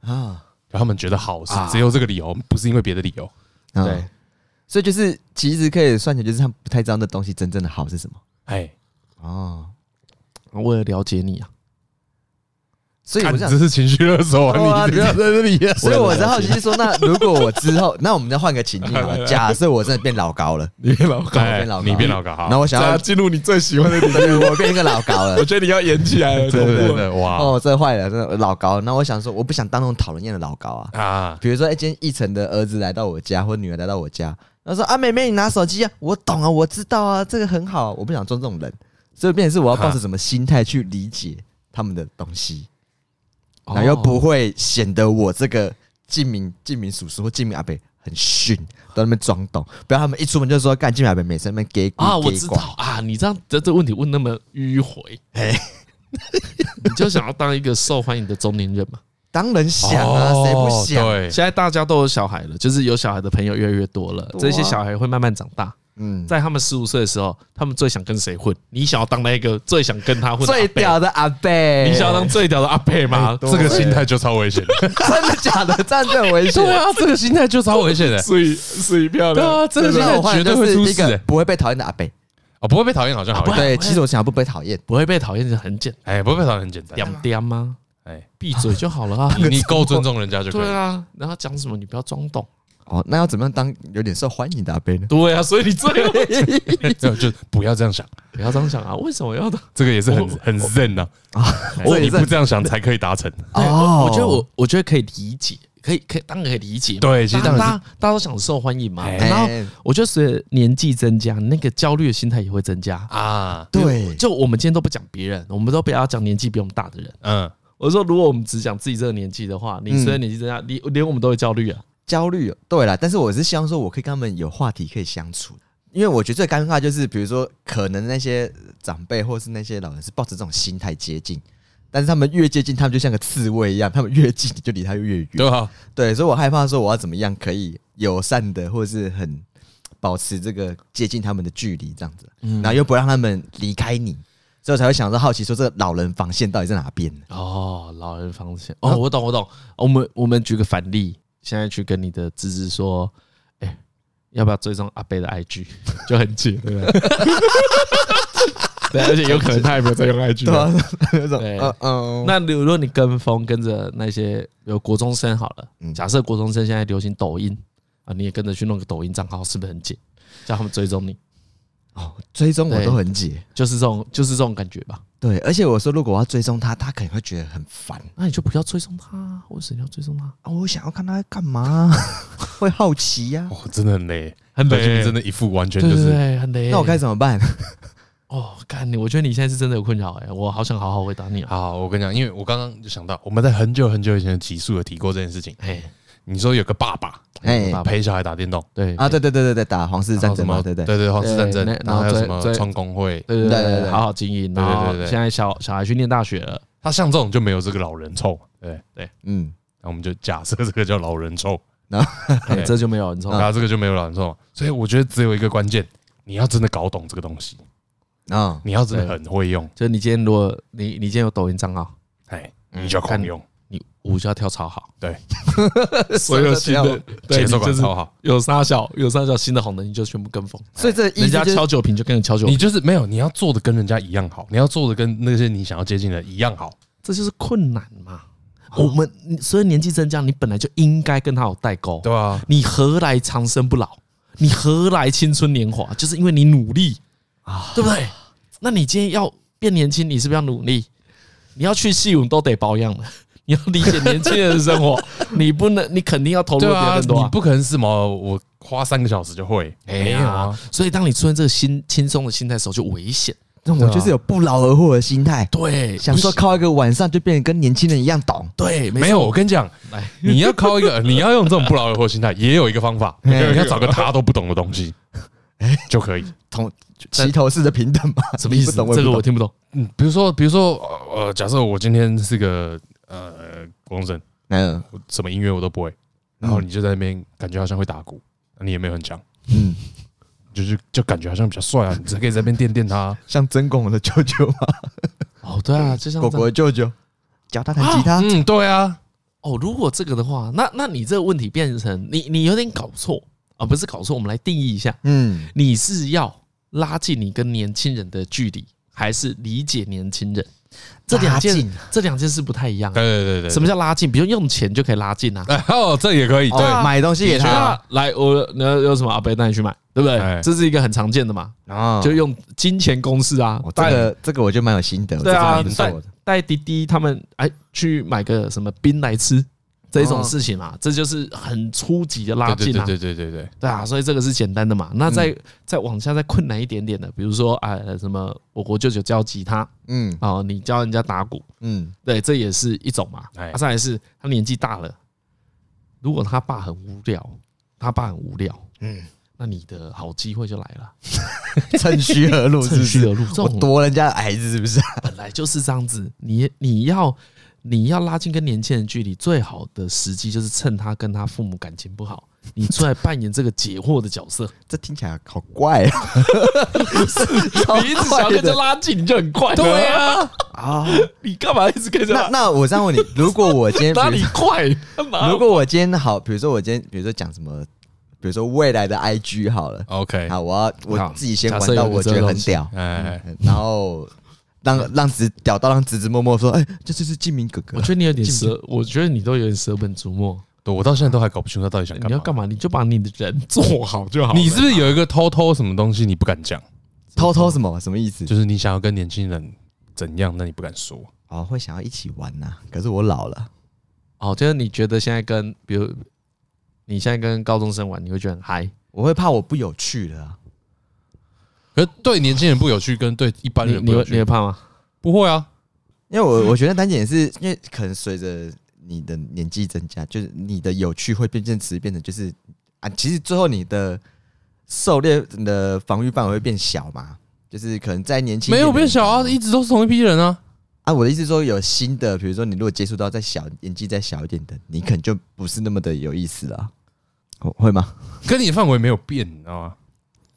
Speaker 1: 啊，
Speaker 3: 他们觉得好是
Speaker 2: 啊
Speaker 3: 只有这个理由，不是因为别的理由。
Speaker 1: 嗯
Speaker 2: 对，
Speaker 1: 所以就是其实可以算起来，就是他们不太知道那东西真正的好是什么
Speaker 3: 哎，
Speaker 1: 哦。
Speaker 2: 为了了解你啊，
Speaker 1: 所以我
Speaker 3: 看
Speaker 1: 这样
Speaker 3: 这，是情绪勒索
Speaker 1: 对啊
Speaker 3: 啊！你
Speaker 1: 对啊
Speaker 3: 在这里 [LAUGHS] 啊，
Speaker 1: 所以我在好奇是说，那如果我之后， [LAUGHS] 那我们再换个情境好了。假设我真的变老高了，
Speaker 2: 你变老
Speaker 1: 我
Speaker 3: 哎
Speaker 1: 变老高
Speaker 3: 你变老高，好
Speaker 1: 然后我想要，
Speaker 2: 进入你最喜欢的地
Speaker 1: 对我变一个老高了
Speaker 2: 我。觉得你要演起来了，
Speaker 3: 对对
Speaker 2: 对
Speaker 3: 对对，哇
Speaker 1: 哦，这坏了，真的老高。那我想说，我不想当那种讨人厌的老高啊。
Speaker 3: 啊！
Speaker 1: 比如说，哎，今天一晨的儿子来到我家，或女儿来到我家，他说啊，妹妹，你拿手机啊，我懂啊，我知道啊，这个很好啊，我不想做这种人，所以变成是我要抱着什么心态去理解 [LAUGHS] 他们的东西，
Speaker 2: 哦
Speaker 1: 然后又不会显得我这个静明静明叔叔或静明阿伯很逊，都在那边装懂，不要他们一出门就说干静明阿伯每次在那边给
Speaker 2: 啊，我知道啊，你这样这这问题问那么迂回，
Speaker 1: 哎
Speaker 2: [LAUGHS] 你就想要当一个受欢迎的中年人嘛？
Speaker 1: 当然想啊，
Speaker 3: 哦
Speaker 1: 谁不想？
Speaker 2: [LAUGHS]
Speaker 3: 对，
Speaker 2: 现在大家都有小孩了，就是有小孩的朋友越来越多了，
Speaker 1: 啊
Speaker 2: 这些小孩会慢慢长大，
Speaker 1: 嗯，
Speaker 2: 在他们十五岁的时候，他们最想跟谁混？你想要当那个最想跟他混的阿伯
Speaker 1: 最屌的哎阿伯，
Speaker 2: 你想要当最屌的阿佩吗？
Speaker 3: 这个心态就超危险，
Speaker 1: [LAUGHS] 真的假的？这样就很
Speaker 2: [LAUGHS]
Speaker 1: 危险。
Speaker 3: 对 [LAUGHS] 啊，这个心态就超危 [LAUGHS] 险的。
Speaker 2: 最最漂
Speaker 3: 对啊，这个心态绝对会出
Speaker 1: 一
Speaker 3: 事
Speaker 1: 个
Speaker 3: 的。
Speaker 1: 不会被讨厌的阿北。
Speaker 3: 哦，不会被讨厌好像好一
Speaker 2: 啊
Speaker 3: 点，
Speaker 1: 对，其实我想要不被讨厌，
Speaker 2: 不会被讨厌就很简
Speaker 3: 哎，不会被讨厌很简单。
Speaker 2: 单，点吗？
Speaker 3: 哎，
Speaker 2: 闭嘴就好了 [LAUGHS] 啊！
Speaker 3: 你你够尊重人家就可以
Speaker 2: 对
Speaker 3: 了。
Speaker 2: 啊，然后讲什么你不要装懂。
Speaker 1: 哦，那要怎么样当有点受欢迎的阿北呢？
Speaker 2: 对啊，所以你最 [LAUGHS] 后
Speaker 3: 就就不要这样想，
Speaker 2: 不要这样想啊！为什么要的？
Speaker 3: 这个也是很很 zen 呐。
Speaker 2: 啊
Speaker 3: 哎
Speaker 1: 我
Speaker 3: 你不这样想才可以
Speaker 2: [LAUGHS]
Speaker 3: 达成。
Speaker 1: 哦，
Speaker 2: 我觉得我我觉得可以理解，可以可以当然可以理解嘛。
Speaker 3: 对，其实
Speaker 2: 大
Speaker 3: 当
Speaker 2: 家
Speaker 3: 然
Speaker 2: 大
Speaker 3: 是
Speaker 2: 家大家都想受欢迎嘛，
Speaker 3: 哎
Speaker 2: 然后我觉得随着年纪增加，那个焦虑的心态也会增加。
Speaker 3: 啊，
Speaker 1: 对，
Speaker 2: 就我们今天都不讲别人，我们都不要讲年纪比我们大的人。
Speaker 3: 嗯，
Speaker 2: 我说，如果我们只讲自己这个年纪的话，你
Speaker 1: 嗯
Speaker 2: 随着年纪增加，你连我们都会焦虑啊。
Speaker 1: 焦虑。对啦，但是我是希望说，我可以跟他们有话题可以相处。因为我觉得最尴尬就是，比如说，可能那些长辈或是那些老人是抱着这种心态接近，但是他们越接近，他们就像个刺猬一样，他们越近你就离他越远。
Speaker 3: 对啊，
Speaker 1: 对，所以我害怕说我要怎么样可以友善的，或者是很保持这个接近他们的距离这样子，然后又不让他们离开你，所以我才会想到好奇说这个老人防线到底在哪边呢？
Speaker 2: 哦，老人防线。哦，我懂，我懂。我们我们举个反例，现在去跟你的芝芝说，哎、要不要追踪阿贝的 IG？就 [LAUGHS] 很近，对不对？对，而且有可能他也没有在用 IG [LAUGHS]
Speaker 1: 对
Speaker 2: 了。
Speaker 1: 啊，那种
Speaker 2: 对
Speaker 1: 嗯嗯，
Speaker 2: 那如果你跟风跟着那些有国中生好了，
Speaker 1: 嗯
Speaker 2: 假设国中生现在流行抖音啊，你也跟着去弄个抖音账号，是不是很紧？叫他们追踪你，
Speaker 1: 哦，追踪我都很解，
Speaker 2: 就是这种就是这种感觉吧？
Speaker 1: 对，而且我说如果我要追踪他，他可能会觉得很烦
Speaker 2: 那你就不要追踪他啊，为什么要追踪他？
Speaker 1: 啊，我想要看他在干 [LAUGHS] 嘛，会好奇呀、
Speaker 3: 哦，真的很累，
Speaker 2: 很
Speaker 3: 最近
Speaker 2: 累
Speaker 3: 真的一副完全
Speaker 2: 对
Speaker 3: 就
Speaker 2: 对
Speaker 3: 是
Speaker 2: 对，很累。
Speaker 1: 那我该怎么办？
Speaker 2: 哦，干你！我觉得你现在是真的有困扰哎、我好想好好回答你啊。
Speaker 3: 好，我跟你讲，因为我刚刚就想到，我们在很久很久以前的集数有提过这件事情。
Speaker 2: 哎，
Speaker 3: 你说有个爸爸
Speaker 1: 哎
Speaker 2: 爸爸
Speaker 3: 陪小孩打电动，
Speaker 2: 对
Speaker 1: 啊，对对对对对，打皇室
Speaker 3: 然
Speaker 1: 战
Speaker 3: 后什
Speaker 1: 争
Speaker 3: 么
Speaker 1: 嘛，对不对？
Speaker 3: 对对，皇室战争
Speaker 2: 对，
Speaker 3: 然后还有
Speaker 2: 然后
Speaker 3: 什么
Speaker 2: 最最
Speaker 3: 创工会，
Speaker 2: 对对
Speaker 1: 对对
Speaker 2: 对，
Speaker 1: 对
Speaker 2: 好好经营。然后
Speaker 3: 对对对对
Speaker 2: 现在小小孩去念大学 [LAUGHS] 了，
Speaker 3: 他像这种就没有这个老人臭，对，
Speaker 1: 嗯，
Speaker 3: 那我们就假设这个叫老人臭，
Speaker 2: 哎
Speaker 3: 对
Speaker 2: 这就没有人冲
Speaker 3: 然。后这个就没有老人臭，所以我觉得只有一个关键，你要真的搞懂这个东西，
Speaker 1: 啊、
Speaker 3: 你要真的很会用，
Speaker 2: 就是你今天如果你你今天有抖音账号，
Speaker 3: 哎，你就
Speaker 2: 嗯看
Speaker 3: 狂用，
Speaker 2: 你舞就要跳超好，
Speaker 3: 对，
Speaker 2: 所有新
Speaker 1: 真
Speaker 2: 的
Speaker 1: 的
Speaker 2: 对
Speaker 3: 节奏
Speaker 2: 你
Speaker 3: 感
Speaker 2: 就是
Speaker 3: 超好，
Speaker 2: 有沙小有沙小新的红灯，你就全部跟风。
Speaker 1: 所以这意
Speaker 2: 人
Speaker 1: 思
Speaker 2: 家
Speaker 1: 就是
Speaker 2: 敲酒瓶就跟着敲酒
Speaker 3: 你
Speaker 2: 瓶，
Speaker 3: 就是没有，你要做的跟人家一样好，你要做的跟那些你想要接近的一样好，
Speaker 2: 这就是困难嘛。我们你所以年纪增加，你本来就应该跟他有代沟，
Speaker 3: 对啊，
Speaker 2: 你何来长生不老？你何来青春年华？就是因为你努力啊，对不对？那你今天要变年轻，你是不是要努力？你要去戏泳都得保养了， [LAUGHS] 你要理解年轻人的生活，你不能，你肯定要投入
Speaker 3: 对
Speaker 2: 的
Speaker 3: 啊，
Speaker 2: 更多、哎
Speaker 3: 你不可能是什么我花三个小时就会，没有啊，
Speaker 2: 所以当你出现这个心轻松的心态的时候，就危险。
Speaker 1: 那我就是有不劳而获的心态，
Speaker 2: 对，
Speaker 1: 想说靠一个晚上就变得跟年轻人一样懂，
Speaker 2: 对，
Speaker 3: 没
Speaker 2: 错
Speaker 3: 有，我跟你讲，
Speaker 2: 来，
Speaker 3: 你要靠一个，你 [LAUGHS] 要用这种不劳而获心态，也有一个方法，你
Speaker 1: 哎
Speaker 3: 要找个他都不懂的东西，
Speaker 2: 哎
Speaker 3: 就可以。
Speaker 1: 同齐头式的平等嘛？
Speaker 2: 什么意思？
Speaker 1: 不懂
Speaker 2: 这
Speaker 1: 也不
Speaker 2: 个我
Speaker 1: 懂
Speaker 2: 听不懂。
Speaker 3: 嗯，比如说，比如说，呃，呃假设我今天是个呃国中生，
Speaker 1: 嗯
Speaker 3: 我什么音乐我都不会，
Speaker 2: 嗯
Speaker 3: 然后你就在那边感觉好像会打鼓，你也没有很强，
Speaker 1: 嗯，
Speaker 3: 就是就感觉好像比较帅啊，你只可以在那边垫垫
Speaker 2: [LAUGHS]
Speaker 3: 他。
Speaker 1: 像曾公的舅舅嘛，
Speaker 2: 哦，对啊，就像
Speaker 1: 果
Speaker 2: 这样
Speaker 1: 果的舅舅教他弹吉他，
Speaker 3: 嗯，对啊，
Speaker 2: 哦，如果这个的话，那那你这个问题变成你你有点搞错啊，不是搞错，我们来定义一下，
Speaker 1: 嗯，
Speaker 2: 你是要拉近你跟年轻人的距离，还是理解年轻人？这两
Speaker 1: 拉
Speaker 2: 件
Speaker 1: 近
Speaker 2: 这两件事不太一样啊、
Speaker 3: 对对对对，
Speaker 2: 什
Speaker 3: 么？
Speaker 2: 么叫拉近？比如用钱就可以拉近啊。
Speaker 3: 哎 [LAUGHS] 哦，这也可以，对，
Speaker 1: 哦买东西给
Speaker 2: 对
Speaker 1: 他
Speaker 2: 啊，来，我那有什么阿贝带你去买，对不对
Speaker 3: 哎？
Speaker 2: 这是一个很常见的嘛，
Speaker 1: 啊
Speaker 2: 就用金钱公式啊
Speaker 1: 我，这
Speaker 2: 哦带
Speaker 1: 个这个我就蛮有心得，
Speaker 2: 对
Speaker 1: 我这个
Speaker 2: 啊
Speaker 1: 蛮不错的
Speaker 2: 带滴滴他们哎去买个什么冰来吃这种
Speaker 1: 哦
Speaker 2: 事情嘛，这就是很初级的拉
Speaker 3: 对
Speaker 2: 近
Speaker 3: 对
Speaker 2: 啊。
Speaker 3: 对对对对，
Speaker 2: 对啊，所以这个是简单的嘛。那再再往下再困难一点点的，比如说啊、呃什么我国舅舅教吉他
Speaker 1: 嗯
Speaker 2: 哦，你教人家打鼓，
Speaker 1: 嗯，
Speaker 2: 对，这也是一种嘛。
Speaker 3: 哎
Speaker 2: 啊、再来是他年纪大了，如果他爸很无聊，他爸很无聊，嗯，那你的好机会就来了，
Speaker 1: 趁虚而入是不
Speaker 2: [LAUGHS] 趁虚
Speaker 1: 是？
Speaker 2: 而入，这
Speaker 1: 我
Speaker 2: 种
Speaker 1: 夺人家的孩子是不是？
Speaker 2: 本来就是这样子。你你要你要拉近跟年轻人距离，最好的时机就是趁他跟他父母感情不好，你出来扮演这个解惑的角 [LAUGHS] 色。
Speaker 1: 这听起来好怪啊！
Speaker 2: [LAUGHS]
Speaker 1: [LAUGHS]
Speaker 2: 你一直想要跟着拉近，你就很快。 [LAUGHS] 对啊，
Speaker 1: 啊，
Speaker 2: 你干嘛一直跟着
Speaker 1: 那
Speaker 2: 拉？
Speaker 1: 那我这样问你，如果我
Speaker 2: [LAUGHS]
Speaker 1: 今天
Speaker 2: 哪
Speaker 1: 比
Speaker 2: 里
Speaker 1: 如
Speaker 2: 快？
Speaker 1: [LAUGHS]
Speaker 2: 哪
Speaker 1: 如果我今天好，比如说我今天比如说讲什么，比如说未来的 IG 好了，
Speaker 3: OK，
Speaker 1: 好，我要
Speaker 2: 哎好嗯
Speaker 1: 我自己先
Speaker 2: 假设
Speaker 1: 玩
Speaker 2: 有
Speaker 1: 到
Speaker 2: 个
Speaker 1: 我觉
Speaker 2: 这
Speaker 1: 得
Speaker 2: 个
Speaker 1: 很
Speaker 2: 东西
Speaker 1: 屌，
Speaker 3: 哎，
Speaker 1: 然后让让子屌到让子子默默说，哎，这就是静明哥哥
Speaker 2: 我觉。得你有点 [LAUGHS] 蛇，我觉得你都有点舍本逐末。
Speaker 3: 对我到现在都还搞不清楚他到底想干嘛。
Speaker 2: 你要干嘛？你就把你的人做好就好了。
Speaker 3: 你是不是有一个偷偷什么东西你不敢讲？
Speaker 1: 偷偷什么什么意思？
Speaker 3: 就是你想要跟年轻人怎样，那你不敢说。
Speaker 1: 哦，会想要一起玩呐、可是我老了，
Speaker 2: 哦，就是你觉得现在跟比如你现在跟高中生玩，你会觉得很嗨。
Speaker 1: 我会怕我不有趣了啊、
Speaker 3: 可是对年轻人不有趣，跟对一般
Speaker 2: 你
Speaker 3: 人不
Speaker 2: 你
Speaker 3: 有
Speaker 2: 会你
Speaker 3: 趣
Speaker 2: 会，怕吗？
Speaker 3: 不会啊。
Speaker 1: 因为我我觉得单点是因为可能随着你的年纪增加，就是你的有趣会变成词变成就是啊，其实最后你的狩猎你的防御范围会变小嘛，就是可能在年轻一
Speaker 3: 没
Speaker 1: 点
Speaker 3: 有
Speaker 1: 的
Speaker 3: 变小啊，一直都是同一批人啊。
Speaker 1: 啊，我的意思是说有新的，比如说你如果接触到再小年纪再小一点的，你可能就不是那么的有意思了啊，哦会吗？
Speaker 3: 跟你的范围没有变，啊你知道吗？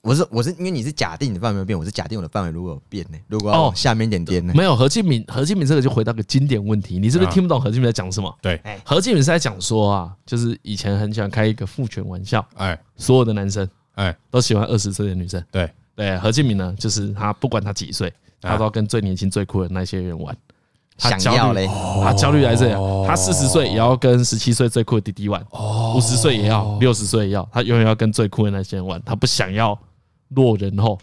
Speaker 1: 我是我是因为你是假定你的范围没有变，我是假定我的范围如果有变呢、如果
Speaker 2: 哦
Speaker 1: 要往下面一点点呢、
Speaker 2: 没有何敬敏，何敬敏这个就回到个经典问题，你是不是
Speaker 3: 啊
Speaker 2: 听不懂何敬敏在讲什么？
Speaker 3: 对，
Speaker 1: 哎
Speaker 2: 何敬敏是在讲说啊，就是以前很喜欢开一个父权玩笑，
Speaker 3: 哎
Speaker 2: 所有的男生
Speaker 3: 哎，
Speaker 2: 都喜欢二十岁的女生。
Speaker 3: 对啊
Speaker 2: 对，何敬敏呢，就是他不管他几岁，他都要跟最年轻、最酷的那些人玩。他
Speaker 1: 想
Speaker 2: 焦虑
Speaker 1: 要嘞，
Speaker 3: 哦
Speaker 2: 他焦虑来这里，他四十岁也要跟十七岁最酷的弟弟玩，
Speaker 3: 哦
Speaker 2: 五十岁也要，六十岁也要，他永远要跟最酷的那些人玩，他不想要落人后，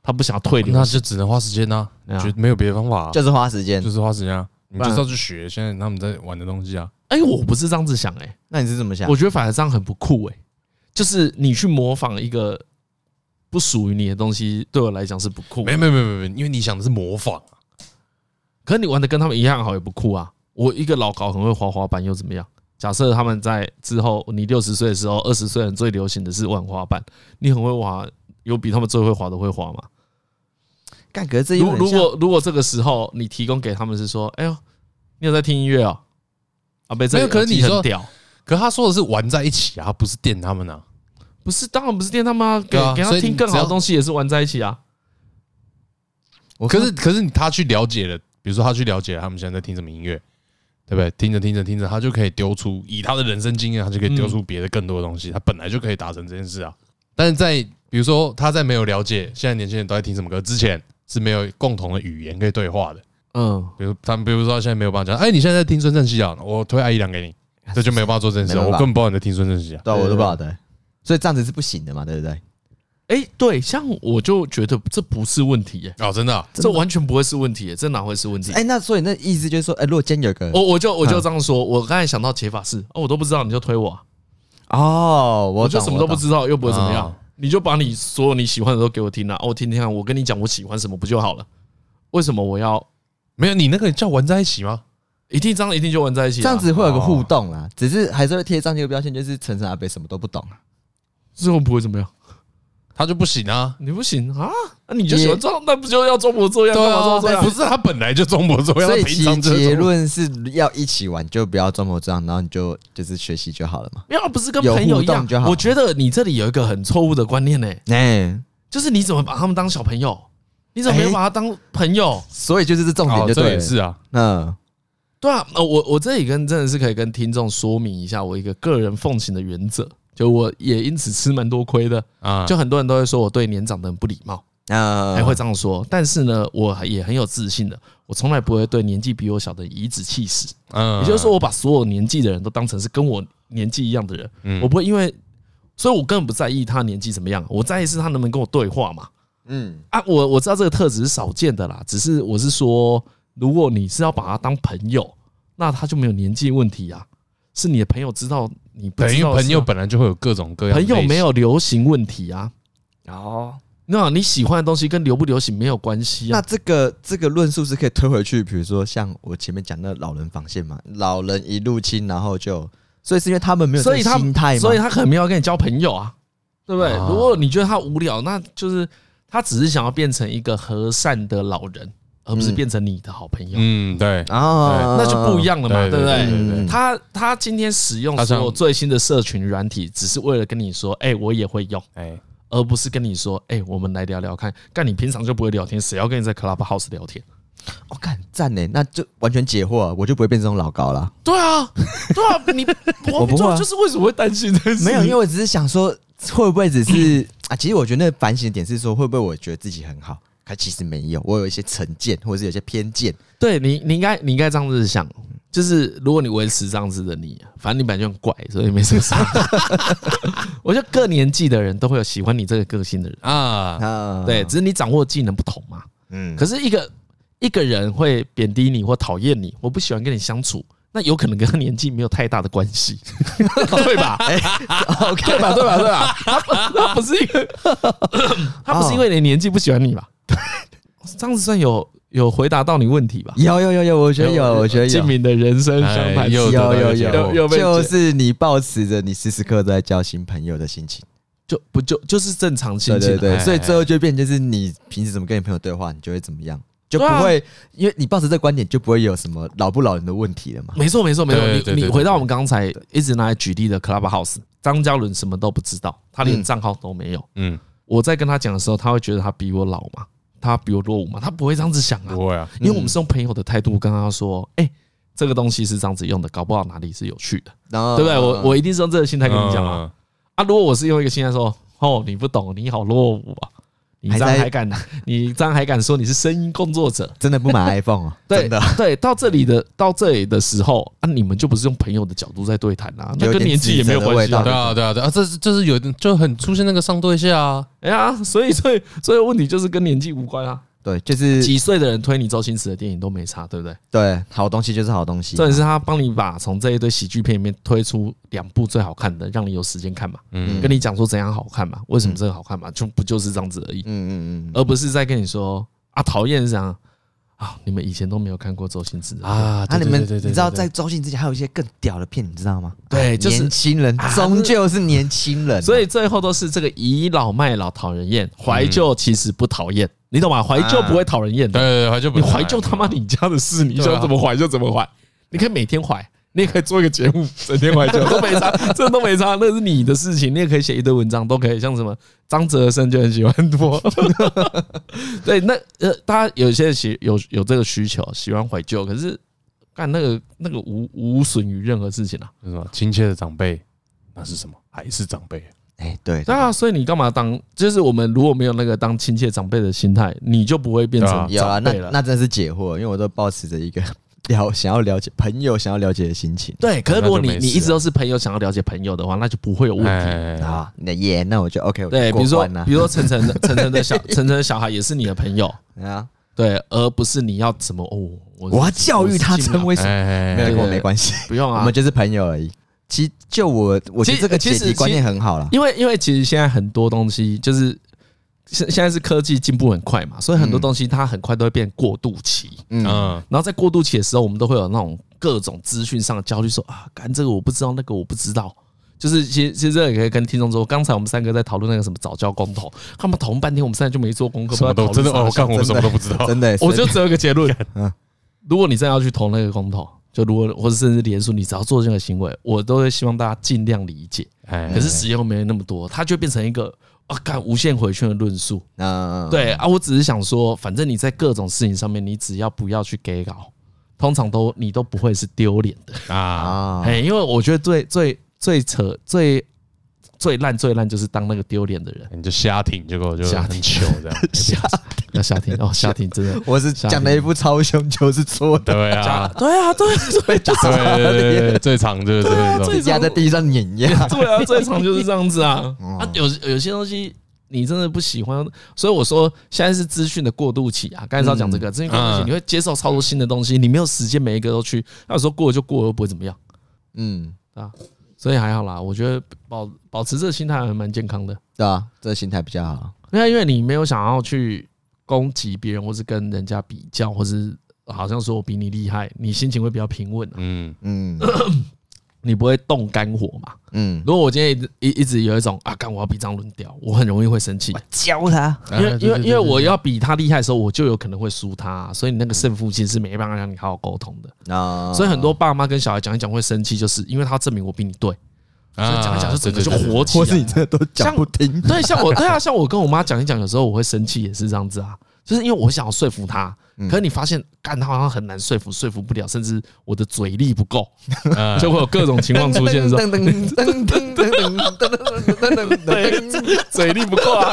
Speaker 2: 他不想要退流
Speaker 3: 哦那
Speaker 2: 行
Speaker 3: 就只能花时间呐，
Speaker 2: 对啊
Speaker 3: 就没有别的方法啊，
Speaker 1: 就是花时间
Speaker 3: 就。是花时间啊，你
Speaker 2: 不然
Speaker 3: 就是要去学现在他们在玩的东西啊，
Speaker 2: 哎、我不是这样子想、哎，
Speaker 1: 那你是怎么想
Speaker 2: 我？觉得反而这样很不酷、哎，就是你去模仿一个不属于你的东西，对我来讲是不酷。
Speaker 3: 没有没有没有没有，因为你想的是模仿啊，
Speaker 2: 可是你玩的跟他们一样好也不酷啊！我一个老高很会滑滑板又怎么样？假设他们在之后，你六十岁的时候，二十岁人最流行的是玩滑板，你很会滑，有比他们最会滑的会滑吗？
Speaker 1: 干，可是这
Speaker 2: 如
Speaker 1: 又很
Speaker 2: 如
Speaker 1: 像
Speaker 2: 果如果这个时候你提供给他们是说，哎呦，你有在听音乐哦？啊，被这
Speaker 3: 没有可是你
Speaker 2: 耳机
Speaker 3: 说
Speaker 2: 很屌，
Speaker 3: 可他说的是玩在一起啊，不是电他们啊，
Speaker 2: 不是？当然不是电他们啊，给
Speaker 3: 对啊
Speaker 2: 给
Speaker 3: 所
Speaker 2: 他
Speaker 3: 以你
Speaker 2: 听更
Speaker 3: 只
Speaker 2: 好
Speaker 3: 要
Speaker 2: 的东西也是玩在一起啊。
Speaker 1: 我
Speaker 3: 可是可是你他去了解了，比如说他去了解了他们现在在听什么音乐，对不对？听着听着听着，他就可以丢出以他的人生经验，他就可以丢出别的更多的东西。他本来就可以达成这件事啊。但是在比如说他在没有了解现在年轻人都在听什么歌之前，是没有共同的语言可以对话的。
Speaker 2: 嗯，
Speaker 3: 比如他们比如说他现在没有办法讲，哎，你现在在听孙正熙啊，我推爱一郎给你，这就没有办法做这件事啊。
Speaker 1: 没
Speaker 3: 我
Speaker 1: 办法
Speaker 3: 根本不知道你在听孙
Speaker 1: [LAUGHS]
Speaker 3: 正熙啊。
Speaker 1: 对啊，我都不晓得，所以这样子是不行的嘛，对不对？
Speaker 2: 哎、对，像我就觉得这不是问题耶、
Speaker 3: 哦，真的啊、
Speaker 2: 这完全不会是问题耶、这哪会是问题？
Speaker 1: 哎，那所以那意思就是说，哎，如果今天有个
Speaker 2: 我我就
Speaker 1: 嗯
Speaker 2: 我就这样说，我刚才想到解法是，哦，我都不知道，你就推我啊，
Speaker 1: 哦，我嗯
Speaker 2: 我就
Speaker 1: 懂
Speaker 2: 什么都不，知道，又不会怎么样
Speaker 3: 啊，
Speaker 2: 你就把你所有你喜欢的都给我听啊，哦我听听看，我跟你讲我喜欢什么不就好了？为什么我要
Speaker 3: 没有你那个叫玩在一起吗？
Speaker 2: 一定这样一定就玩在一起
Speaker 1: 我懂
Speaker 2: 啊？
Speaker 1: 这样子会有个互动啦，只是还是会贴上这个标签，就是陈晨阿北什么都不懂啊。
Speaker 2: 最后不会怎么样？
Speaker 3: 他就不行啊。
Speaker 2: 你不行啊，那你就喜欢装，那不就要装模作样？
Speaker 1: 啊
Speaker 2: 干嘛装模作
Speaker 3: 不
Speaker 2: 样？
Speaker 3: 是他本来就中模作样，
Speaker 1: 所
Speaker 3: 他
Speaker 1: 以
Speaker 3: 平
Speaker 1: 其
Speaker 3: 常就是
Speaker 1: 结
Speaker 3: 中国
Speaker 1: 论是要一起玩，就不要装模作样，然后你就就是学习就好了嘛。
Speaker 2: 没有，不是跟朋
Speaker 1: 有
Speaker 2: 友一样
Speaker 1: 互动就。好
Speaker 2: 我觉得你这里有一个很错误的观念呢、
Speaker 1: 哎，
Speaker 2: 就是你怎么把他们当小朋友？你怎么没有
Speaker 1: 哎
Speaker 2: 把他当朋友？
Speaker 1: 所以就是这重点
Speaker 3: 哦
Speaker 1: 就
Speaker 3: 这
Speaker 1: 对
Speaker 3: 也
Speaker 1: 了。
Speaker 3: 是啊，
Speaker 1: 嗯，
Speaker 2: 对啊，呃，我我这里跟真的是可以跟听众说明一下我一个个人奉行的原则，就我也因此吃蛮多亏的。
Speaker 3: 啊，
Speaker 2: 就很多人都会说我对年长的人不礼貌，
Speaker 1: 那
Speaker 2: 还会这样说，但是呢，我也很有自信的，我从来不会对年纪比我小的颐指气使。
Speaker 3: 嗯
Speaker 2: 也就是说，，我把所有年纪的人都当成是跟我年纪一样的人，
Speaker 3: 嗯
Speaker 2: 我不会因为，所以我根本不在意他年纪怎么样，我在意是他能不能跟我对话嘛。
Speaker 1: 嗯，
Speaker 2: 啊，我我知道这个特质是少见的啦，只是我是说，如果你是要把他当朋友，那他就没有年纪问题啊，是你的朋友知道你不
Speaker 3: 等于
Speaker 2: 知道的事啊
Speaker 3: 朋友本来就会有各种各样的
Speaker 2: 朋
Speaker 3: 类型，
Speaker 2: 友没有流行问题啊，
Speaker 1: 哦，
Speaker 2: 那你喜欢的东西跟流不流行没有关系
Speaker 1: 那
Speaker 2: 啊。
Speaker 1: 这个这个论述是可以推回去，比如说像我前面讲的老人防线嘛，老人一入侵，然后就，所以是因为他们没有这
Speaker 2: 所
Speaker 1: 个
Speaker 2: 以他
Speaker 1: 心态嘛，
Speaker 2: 所以他很没有跟你交朋友啊，对不对？
Speaker 3: 啊
Speaker 2: 如果你觉得他无聊，那就是他只是想要变成一个和善的老人，而不是
Speaker 1: 嗯
Speaker 2: 变成你的好朋友，
Speaker 3: 嗯，对，
Speaker 1: 啊，
Speaker 2: 那就不一样了嘛，
Speaker 3: 对
Speaker 2: 对不对？
Speaker 1: 对对
Speaker 2: 他嗯他今天使用
Speaker 3: 他
Speaker 2: 所
Speaker 3: 想
Speaker 2: 有最新的社群软体，只是为了跟你说，哎、我也会用，
Speaker 3: 哎，
Speaker 2: 而不是跟你说，哎、我们来聊聊看。但你平常就不会聊天，谁要跟你在 Clubhouse 聊天？
Speaker 1: 我看哦赞呢，那就完全解惑了，啊我就不会变成这种老高了。
Speaker 2: 对啊，对啊， [LAUGHS] 你我
Speaker 1: 我不会啊
Speaker 2: 就是为什么会担心这事？
Speaker 1: 没有，因为我只是想说，会不会只是 [CLEARS THROAT] 啊？其实我觉得那个反省的点是说，会不会我觉得自己很好，可其实没有，我有一些成见，或者是有些偏见。
Speaker 2: 对你，你应该你应该这样子想，就是如果你维持这样子的你，反正你本来就很怪，所以没什么 [LAUGHS] 事。我觉得各年纪的人都会有喜欢你这个个性的人，
Speaker 3: 啊，
Speaker 1: 啊，
Speaker 2: 对，，只是你掌握技能不同嘛。
Speaker 1: 嗯，
Speaker 2: 可是一个一个人会贬低你或讨厌你，我不喜欢跟你相处，那有可能跟他年纪没有太大的关系， [LAUGHS]
Speaker 1: [LAUGHS]
Speaker 2: 对吧？
Speaker 1: 哎
Speaker 2: 对吧？对吧？对吧？他不他不是因
Speaker 1: [LAUGHS]
Speaker 2: 为他不是因为你的年纪不喜欢你吧？这样子算有有回答到你问题吧？
Speaker 1: 有有有有，我觉得有，我觉得
Speaker 2: 静
Speaker 1: 有，
Speaker 2: 敏的人生相
Speaker 3: 哎
Speaker 2: 反
Speaker 3: 又
Speaker 2: 是
Speaker 3: 得到
Speaker 1: 有有
Speaker 3: 一个
Speaker 1: 有
Speaker 3: 结果
Speaker 2: 又被
Speaker 1: 就是你保持着你时时刻刻都在交新朋友的心情，
Speaker 2: 就不就就是正常心
Speaker 1: 对
Speaker 2: 情
Speaker 1: 对对，
Speaker 2: 啊，
Speaker 3: 哎
Speaker 1: 所以最后就变就是你平时怎么跟你朋友对话，你就会怎么样，就不
Speaker 2: 对啊
Speaker 1: 会因为你抱持这个观点，就不会有什么老不老人的问题了嘛。
Speaker 2: 没错没错没错。
Speaker 3: 对对对
Speaker 2: 你你
Speaker 3: 对
Speaker 2: 回到我们刚才一直拿来举例的 Clubhouse，张嘉伦什么都不知道，他连
Speaker 1: 嗯
Speaker 2: 账号都没有。
Speaker 3: 嗯，
Speaker 2: 我在跟他讲的时候，他会觉得他比我老嘛，他比我落伍嘛，他不会这样子想啊，
Speaker 3: 不会啊，
Speaker 1: 嗯
Speaker 2: 因为我们是用朋友的态度跟他说，哎、这个东西是这样子用的，搞不好哪里是有趣的，
Speaker 1: 然后
Speaker 2: 对不对？我我一定是
Speaker 1: 啊
Speaker 2: 啊用这个心态跟你讲啊。啊，如果我是用一个心态说，哦，你不懂，你好落伍啊，你这样
Speaker 1: 还在
Speaker 2: 还敢，你这样还敢说你是声音工作者？
Speaker 1: 真的不买 iPhone 哦，
Speaker 2: 对
Speaker 1: 真的 [LAUGHS]
Speaker 2: 对，到这里的到这里的时候啊，你们就不是用朋友的角度在对谈啦、那
Speaker 1: 有
Speaker 2: 跟
Speaker 1: 点
Speaker 2: 年纪也没有
Speaker 1: 指责的
Speaker 2: 关系
Speaker 1: 味
Speaker 2: 啊
Speaker 1: 道。
Speaker 3: 对啊，对啊，对啊，这是这是有就很出现那个上对下啊，
Speaker 2: 哎呀，所以所以所以问题就是跟年纪无关啊。
Speaker 1: 对，就是啊
Speaker 2: 几岁的人推你周星驰的电影都没差，对不对？
Speaker 1: 对好东西就是好东西啊
Speaker 2: 重，点是他帮你把从这一堆喜剧片里面推出两部最好看的，让你有时间看嘛，
Speaker 3: 嗯，
Speaker 2: 跟你讲说怎样好看嘛，为什么这个好看嘛，就不就是这样子而已，
Speaker 1: 嗯嗯嗯
Speaker 2: 而不是在跟你说啊讨厌是这样啊，你们以前都没有看过周星驰的啊，
Speaker 3: 啊，
Speaker 1: 啊，
Speaker 3: 对
Speaker 1: 你们
Speaker 3: 对对对
Speaker 1: 你
Speaker 3: 对
Speaker 1: 知道
Speaker 3: 对
Speaker 1: 在周星之前还有一些更屌的片，你知道吗？
Speaker 2: 对，就是
Speaker 1: 年轻人
Speaker 2: 啊
Speaker 1: 终究是年轻人啊，
Speaker 2: 所以最后都是这个倚老卖老讨人厌，怀旧其实不讨厌，你懂吗？怀旧不会讨人厌
Speaker 3: 对
Speaker 2: 的，
Speaker 3: 对对，怀旧不
Speaker 2: 你
Speaker 3: 是
Speaker 2: 怀旧他妈你家的事，你
Speaker 3: 对啊
Speaker 2: 想怎么怀就怎么怀，你可以每天怀。你也可以做一个节 [LAUGHS] 目，整天怀旧都没差，这都没差，那是你的事情。你也可以写一堆文章，都可以。像什么张哲生就很喜欢 [LAUGHS] 我，对，那呃，大家有些人喜有有这个需求，喜欢怀旧，可是干那个那个无无损于任何事情啊。
Speaker 3: 是什么亲切的长辈，那是什么？还是长辈？
Speaker 1: 哎，对，
Speaker 2: 对啊，所以你干嘛当？就是我们如果没有那个当亲切长辈的心态，你就不会变成
Speaker 3: 对啊
Speaker 1: 有啊，
Speaker 2: 长
Speaker 1: 那
Speaker 2: 辈了。
Speaker 1: 那真的是解惑，因为我都保持着一个 [LAUGHS] 了想要了解朋友想要了解的心情
Speaker 2: 对，可是如果你
Speaker 3: 那就没事
Speaker 2: 你一直都是朋友，想要了解朋友的话，那就不会有问题。
Speaker 3: 哎，
Speaker 1: 啊。那耶，那我就 OK，我就
Speaker 2: 对，比
Speaker 1: 过
Speaker 2: 如说
Speaker 1: 关啊了
Speaker 2: 比如说
Speaker 1: [LAUGHS]
Speaker 2: 晨晨的晨晨的小晨晨的小孩也是你的朋友，
Speaker 1: 啊，
Speaker 2: 对，而不是你要怎么哦，我
Speaker 1: 我要教育他
Speaker 2: 我是进不了
Speaker 1: 成为什么，[LAUGHS]
Speaker 3: 哎
Speaker 1: 没有
Speaker 2: 对
Speaker 1: 跟我
Speaker 2: 对
Speaker 1: 没关系，
Speaker 2: 不用
Speaker 1: 我
Speaker 2: 啊
Speaker 1: 们。就是朋友而已。其实就我，我觉
Speaker 2: 其
Speaker 1: 得
Speaker 2: 实
Speaker 1: 这个解
Speaker 2: 其实
Speaker 1: 题观念很好啦。
Speaker 2: 因为因为其实现在很多东西就是现现在是科技进步很快嘛，所以很多
Speaker 1: 嗯
Speaker 2: 东西它很快都会变过渡期。
Speaker 1: 嗯，
Speaker 3: 嗯，
Speaker 2: 然后在过渡期的时候，我们都会有那种各种资讯上的焦虑，说啊，干这个我不知道，那个我不知道。就是其实其实这个也可以跟听众说，刚才我们三个在讨论那个什么早教公投，他们讨论半天，我们现在就没做功课，
Speaker 3: 什么都
Speaker 2: 不知
Speaker 3: 真
Speaker 2: 道讨论
Speaker 3: 的哦，我
Speaker 2: 啥
Speaker 3: 看我们什么都不知
Speaker 1: [LAUGHS]
Speaker 3: 道，
Speaker 1: 真的，
Speaker 2: [LAUGHS] 我就只有一个结论
Speaker 1: [LAUGHS] 嗯，
Speaker 2: 如果你真的要去投那个公投，就如果或者甚至连署，你只要做这个行为，我都会希望大家尽量理解。
Speaker 3: 哎
Speaker 2: 可是时间又没那么多，它就变成一个啊，干无限回圈的论述。
Speaker 1: 嗯，
Speaker 2: 对啊，我只是想说，反正你在各种事情上面，你只要不要去 gay 搞，通常都你都不会是丢脸的。
Speaker 3: 啊，
Speaker 1: 啊，
Speaker 2: 哎，因为我觉得最最最扯、最最烂、最烂就是当那个丢脸的人。
Speaker 3: 你就瞎挺，结果
Speaker 2: [LAUGHS]
Speaker 3: 就
Speaker 2: 瞎
Speaker 3: 很
Speaker 2: 挺
Speaker 3: 糗这样，
Speaker 2: 要夏天哦，夏天真的
Speaker 1: 我是讲的一副超凶就是错的，
Speaker 3: 对啊，
Speaker 2: [LAUGHS] 对啊， [LAUGHS] 对对对
Speaker 3: 对对对对对，最长就是这种
Speaker 2: 啊最
Speaker 1: [LAUGHS] 压在地上碾
Speaker 2: [LAUGHS]
Speaker 1: 压。
Speaker 2: 对啊，最常就是这样子啊。
Speaker 3: 哦
Speaker 2: 啊，有有些东西你真的不喜欢，所以我说现在是资讯的过渡期啊。刚才是要讲这个资讯过渡期，
Speaker 3: 嗯
Speaker 2: 你会接受超多新的东西，你没有时间每一个都去。那有时候过了就过了，又不会怎么样。
Speaker 1: 嗯，
Speaker 2: 所以还好啦，我觉得保保持这个心态还蛮健康的。
Speaker 1: 对啊，这个心态比较好。
Speaker 2: 那因为你没有想要去攻击别人，或是跟人家比较，或是好像说我比你厉害，你心情会比较平稳啊，
Speaker 3: 嗯，
Speaker 2: [COUGHS]
Speaker 1: 嗯
Speaker 2: 你不会动肝火嘛。
Speaker 1: 嗯，
Speaker 2: 如果我今天一直一一直有一种啊，干我要比张伦屌，我很容易会生气，
Speaker 1: 教他，
Speaker 2: 因为
Speaker 3: 哎
Speaker 2: 因为因为我，
Speaker 3: 对对对对
Speaker 2: 要比他厉害的时候，我就有可能会输他啊、所以你那个胜负心是没办法让你好好沟通的。
Speaker 1: 啊，
Speaker 2: 所以很多爸妈跟小孩讲一讲会生气，就是因为他证明我比你对，
Speaker 3: 啊
Speaker 2: 所以讲一讲就整个就
Speaker 3: 对对对
Speaker 2: 火起
Speaker 1: 或是
Speaker 2: 来
Speaker 1: 你。真的都讲不听，
Speaker 2: 对，像我对啊，像我跟我妈讲一讲，有时候我会生气，也是这样子啊，就是因为我想要说服她，
Speaker 1: 嗯
Speaker 2: 可是你发现干她好像很难说服，说服不了，甚至我的嘴力不够，[LAUGHS]
Speaker 3: 嗯
Speaker 2: 就会有各种情况出现
Speaker 3: [LAUGHS]
Speaker 2: 的时候，
Speaker 1: 噔噔噔噔噔噔噔噔噔噔噔。
Speaker 2: 嘴力不够啊，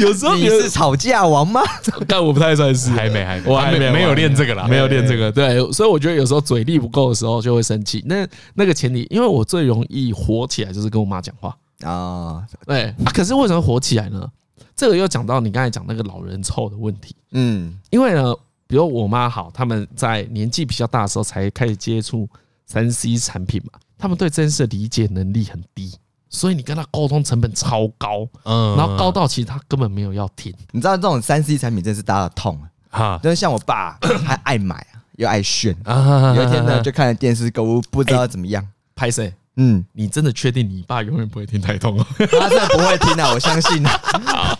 Speaker 2: 有时候
Speaker 1: 你是吵架王吗？
Speaker 2: 但我不太算是，
Speaker 3: 还没还没，
Speaker 2: 我还没
Speaker 3: 没
Speaker 2: 完
Speaker 3: 没有练这个啦，
Speaker 2: 没有练这个，对，所以我觉得有时候嘴力不够的时候就会生气。那那个前提，因为我最容易火起来就是跟我妈讲话，
Speaker 1: 啊，
Speaker 2: 对、啊。可是为什么火起来呢？这个又讲到你刚才讲那个老人臭的问题，
Speaker 1: 嗯
Speaker 2: 因为呢，比如我妈好，他们在年纪比较大的时候才开始接触三 C 产品嘛，他们对这件事的理解能力很低，所以你跟他沟通成本超高，
Speaker 3: 嗯
Speaker 2: 然后高到其实他根本没有要听。
Speaker 1: 你知道这种三 C 产品真是大家的痛啊，
Speaker 3: 哈
Speaker 1: 就是像我爸还爱买啊，又爱炫。
Speaker 3: 啊
Speaker 1: 有一天呢，就看了电视购物，不知道怎么样。
Speaker 2: 拍谁？
Speaker 1: 嗯，
Speaker 2: 你真的确定你爸永远不会听台通哦？
Speaker 1: 他真的不会听啊，我相信啊，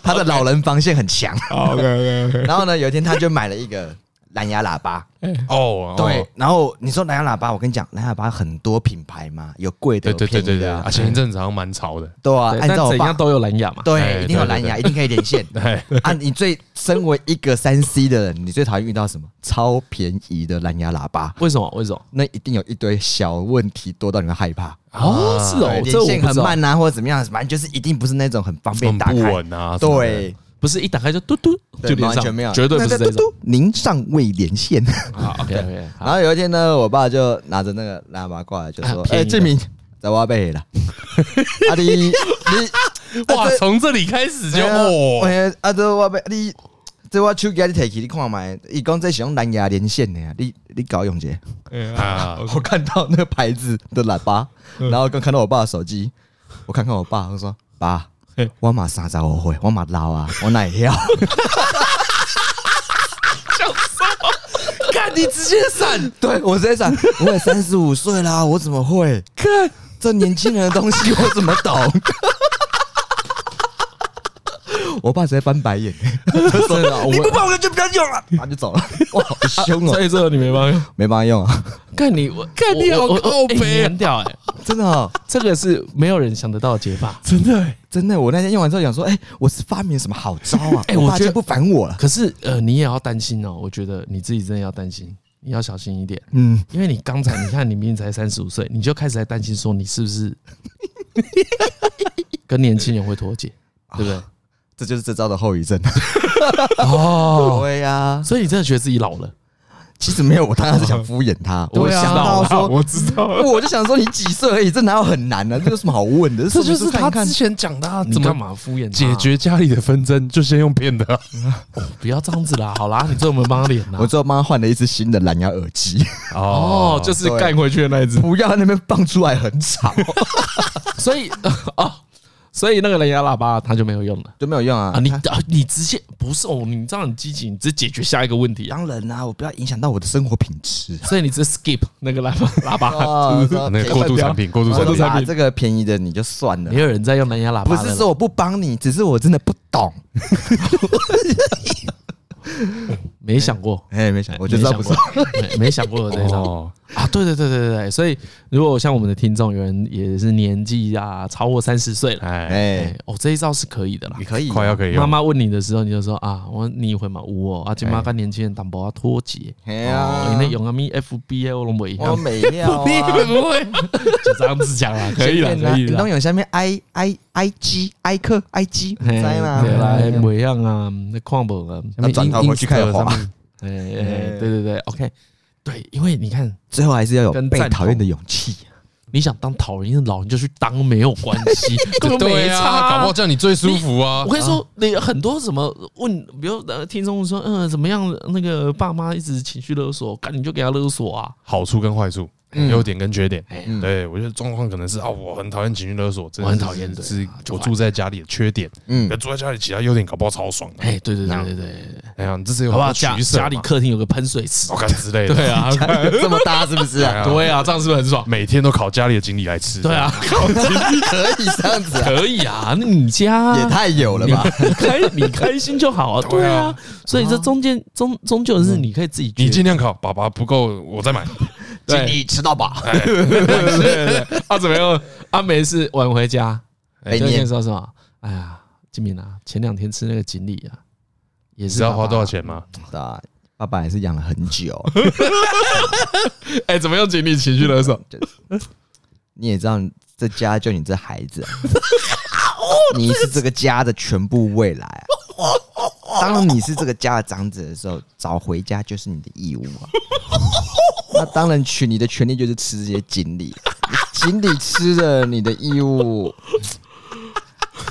Speaker 1: 他的老人防线很强。
Speaker 2: OK OK OK，
Speaker 1: 然后呢，有一天他就买了一个蓝牙喇叭，
Speaker 3: 哦，哦
Speaker 1: 对。然后你说蓝牙喇叭，我跟你讲，蓝牙喇叭很多品牌嘛，有贵的，
Speaker 3: 对
Speaker 1: 有
Speaker 3: 对对
Speaker 1: 便
Speaker 3: 对
Speaker 1: 宜
Speaker 3: 对，
Speaker 1: 的
Speaker 3: 啊，
Speaker 1: 啊，
Speaker 3: 前一阵子好像蛮潮的，
Speaker 1: 对啊。按
Speaker 2: 但
Speaker 1: 照我
Speaker 2: 怎
Speaker 1: 爸
Speaker 2: 样，都有蓝牙嘛。
Speaker 1: 对，
Speaker 3: 哎
Speaker 1: 一定有
Speaker 3: 对对
Speaker 1: 蓝牙，一定可以连
Speaker 2: [LAUGHS]
Speaker 1: 线
Speaker 3: 哎，
Speaker 1: 啊。你最身为一个三 C 的人，你最讨厌遇到什么？超便宜的蓝牙喇叭。
Speaker 2: 为什么？为什么？
Speaker 1: 那一定有一堆小问题多到你会害怕，
Speaker 2: 哦，是哦
Speaker 1: 对，
Speaker 2: 这
Speaker 1: 连
Speaker 2: 我
Speaker 1: 线
Speaker 2: 不
Speaker 1: 很
Speaker 2: 知道。
Speaker 1: 慢啊，或者怎么样，反正就是一定不是那种很方便
Speaker 3: 很
Speaker 1: 打
Speaker 3: 不
Speaker 1: 开。
Speaker 3: 稳啊，什么的，
Speaker 1: 对，
Speaker 2: 不是一打开就嘟嘟就
Speaker 1: 对
Speaker 2: 连
Speaker 1: 完全
Speaker 2: 上，
Speaker 1: 没有
Speaker 2: 绝对不是这
Speaker 1: 那个
Speaker 2: 种。
Speaker 1: 嘟嘟您尚未连
Speaker 2: [LAUGHS]
Speaker 1: 线。
Speaker 2: 好，OK OK，
Speaker 1: 然后有一天呢，我爸就拿着那个喇叭过来，就说
Speaker 2: 啊：“便宜
Speaker 1: 哎，
Speaker 2: 的
Speaker 1: 志明，在挖贝
Speaker 2: [LAUGHS]
Speaker 1: 了。阿弟，你
Speaker 3: 哇
Speaker 1: 啊，这
Speaker 3: 从这里开始就
Speaker 1: 哎
Speaker 3: 哦，
Speaker 1: 呀，啊，这挖贝，你这我手机你摕起，你看麦，伊讲这是用蓝牙连线的呀，你你搞用者。
Speaker 3: 啊，
Speaker 1: 我看到那个牌子的喇叭，然后刚看到我爸的手机，我看看我爸，我说：爸
Speaker 3: 嘿，
Speaker 1: 我马三十五岁，我马老啊，我哪会晓？ [LAUGHS]
Speaker 2: 看你直接闪，
Speaker 1: 对我直接想，我也三十五岁啦，我怎么会？看这年轻人的东西，我怎么懂？ [LAUGHS] 我爸直接翻白眼，就说你不帮我就不要用了，他就走了。哇，好凶哦，
Speaker 2: 所以这个你没办法。
Speaker 1: 没办法用啊，
Speaker 2: 看你，我看
Speaker 3: 你好靠北啊
Speaker 2: 很屌哎，
Speaker 1: 真的哦，
Speaker 2: 这个是没有人想得到的解法。
Speaker 3: 真的欸，
Speaker 1: 真的。我那天用完之后想说，哎，我是发明什么好招啊？
Speaker 2: 哎
Speaker 1: 我
Speaker 2: 我
Speaker 1: 爸
Speaker 2: 觉
Speaker 1: 就
Speaker 2: 得
Speaker 1: 不烦我了。
Speaker 2: 可是呃，你也要担心哦，我觉得你自己真的要担心，你要小心一点。
Speaker 1: 嗯，
Speaker 2: 因为你刚才你看你明明才三十五岁，你就开始在担心说你是不是跟年轻人会脱节，对不对？
Speaker 1: 这就是这招的后遗症。
Speaker 2: 哦，
Speaker 1: 对呀、
Speaker 2: [LAUGHS] 所以你真的觉得自己老了，
Speaker 1: 其实没有，我当然是想敷衍他。
Speaker 2: 对啊
Speaker 1: 我想到
Speaker 2: 好
Speaker 1: 说，
Speaker 3: 我知道
Speaker 1: [LAUGHS]
Speaker 3: 了，
Speaker 1: 我就想说你几岁而已，这哪有很难啊呢、这有什么好问的？
Speaker 4: 这就
Speaker 1: 说
Speaker 4: 是
Speaker 1: 不定
Speaker 4: 他
Speaker 1: 看看
Speaker 4: 之前讲的啊，
Speaker 2: 怎
Speaker 4: 怎
Speaker 2: 么
Speaker 4: 么
Speaker 2: 干嘛敷衍他
Speaker 3: 解？决家里的纷争就先用骗的 [LAUGHS] 啊，
Speaker 2: 不要这样子啦，好 [LAUGHS] 啦，你这有没有帮他脸呐
Speaker 1: 我？最后帮他换了一只新的蓝牙耳机， [LAUGHS]
Speaker 2: [LAUGHS] 哦，就是
Speaker 1: 对
Speaker 2: 干回去的那一只，
Speaker 1: 不要在那边放出来很吵， [LAUGHS]
Speaker 2: 所以 [LAUGHS] 哦，所以那个蓝牙喇叭它就没有用了
Speaker 1: 就没有用啊。
Speaker 2: 啊！你
Speaker 1: 他
Speaker 2: 啊，你直接不是哦，你这样很积极，你直接解决下一个问题啊，
Speaker 1: 当然啦、我不要影响到我的生活品质。
Speaker 2: 所以你直接 skip 那个喇叭喇叭，
Speaker 1: 啊，
Speaker 3: 那个过渡产品，过渡
Speaker 1: 过
Speaker 3: 产
Speaker 1: 度
Speaker 3: 品，
Speaker 1: 产品，这个便宜的你就算了
Speaker 2: 没。有人在用蓝牙喇叭
Speaker 1: 不
Speaker 2: 了啦，
Speaker 1: 是说我不帮你，只是我真的不懂。
Speaker 2: 没想过。
Speaker 1: 哎，没想，我就知道不是
Speaker 2: 没。想过， [LAUGHS] 没没想过有这一招。
Speaker 3: 哦，
Speaker 2: 啊，对对对对对对，所以如果像我们的听众有人也是年纪啊超过三十岁了，
Speaker 3: 哎，
Speaker 1: 哎
Speaker 2: 哎，，哦这一招是可以啊的啦
Speaker 1: 你。可以啊
Speaker 3: 快要可以
Speaker 2: 妈
Speaker 3: 用，
Speaker 2: 妈问你的时候，你就说啊，我你会嘛有哦，啊，今妈跟年轻人淡薄啊脱节，
Speaker 1: 哎呀
Speaker 2: 哦，你那，用啊咪 FB 啊，我拢袂
Speaker 1: 我
Speaker 2: 晓，
Speaker 1: 没 [LAUGHS] 料
Speaker 2: 你
Speaker 1: 啊。
Speaker 2: 会不会？ [LAUGHS] 就这样子讲啦，可以哦啦，可以
Speaker 1: 运
Speaker 2: 啦
Speaker 1: 动。有下面 i i i g i 克 i g
Speaker 2: 嘿
Speaker 1: 在啦，
Speaker 2: 对啦，
Speaker 1: 嘿
Speaker 2: 袂样啊，那看无啊，
Speaker 1: 那转头回去开始滑
Speaker 3: 上面
Speaker 2: 哎哎，对对对，OK，对，因为你看，
Speaker 1: 最后还是要有
Speaker 2: 跟
Speaker 1: 被
Speaker 2: 赞同
Speaker 1: 讨厌的勇气。
Speaker 2: [LAUGHS] 你想当讨人厌的老人，你就去当没有关 [LAUGHS] 系，根本没
Speaker 3: 对
Speaker 2: 差
Speaker 3: 啊，
Speaker 2: 啊，
Speaker 3: 搞不好这样你最舒服啊
Speaker 2: 我。跟你说，那很多什么问，比如呃，听众说，嗯、怎么样？那个爸妈一直情绪勒索，赶紧就给他勒索啊！
Speaker 3: 好处跟坏处，优点跟缺点
Speaker 2: 嗯哎。
Speaker 3: 对我觉得状况可能是啊，我很讨厌情绪勒索，真的
Speaker 2: 我很
Speaker 3: 是
Speaker 2: 讨厌对啊
Speaker 3: 是
Speaker 2: 就
Speaker 3: 我
Speaker 2: 坏
Speaker 3: 住在家里的缺点。
Speaker 1: 嗯
Speaker 3: 可，住在家里其他优点搞不好超爽的。
Speaker 2: 哎，对对
Speaker 3: 这
Speaker 2: 对
Speaker 3: 样
Speaker 2: 对对，
Speaker 3: 哎呀，你这是有
Speaker 2: 好不好？
Speaker 3: 很多
Speaker 2: 家
Speaker 3: 取舍嘛
Speaker 2: 家里客厅有个喷水池
Speaker 3: 我，看之类的。
Speaker 2: 对 [LAUGHS] 啊，
Speaker 1: 这么大是不是啊？
Speaker 2: 对啊，这样是不是很 [LAUGHS] 爽？
Speaker 3: 每天都烤家里的经理来吃。
Speaker 2: 对啊，， [LAUGHS]
Speaker 1: 可以这样子啊？
Speaker 2: 可以啊，那你家
Speaker 1: 也太有了
Speaker 2: 你
Speaker 1: 吧？
Speaker 2: 开你开心就好啊，对
Speaker 3: 对
Speaker 2: 啊
Speaker 3: 啊，
Speaker 2: 所以这中间终终究是你可以自己决
Speaker 3: 你
Speaker 2: 定
Speaker 3: 尽量烤，爸爸不够我再买。
Speaker 2: 对哎
Speaker 1: 你吃到饱，
Speaker 2: 对对对，啊怎么样？阿梅是晚回家，
Speaker 1: 被
Speaker 2: 就
Speaker 1: 念
Speaker 2: 说什么？哎呀，金敏啊，前两天吃那个锦鲤啊，也
Speaker 3: 你
Speaker 2: 是
Speaker 3: 知道
Speaker 2: 爸
Speaker 3: 花
Speaker 2: 爸
Speaker 3: 多少？钱吗？
Speaker 1: 啊！爸爸也是养了很久，
Speaker 2: 哎，怎么用锦鲤情绪勒索？
Speaker 1: 你也知道，这家就你这孩
Speaker 3: [LAUGHS]
Speaker 1: 子，啊你是这个家的全部未来啊。当你是这个家的长子的时候，早回家就是你的义务
Speaker 3: [LAUGHS]
Speaker 1: 啊。那当然，取你的权利就是吃这些锦鲤，啊锦鲤吃了你的义务，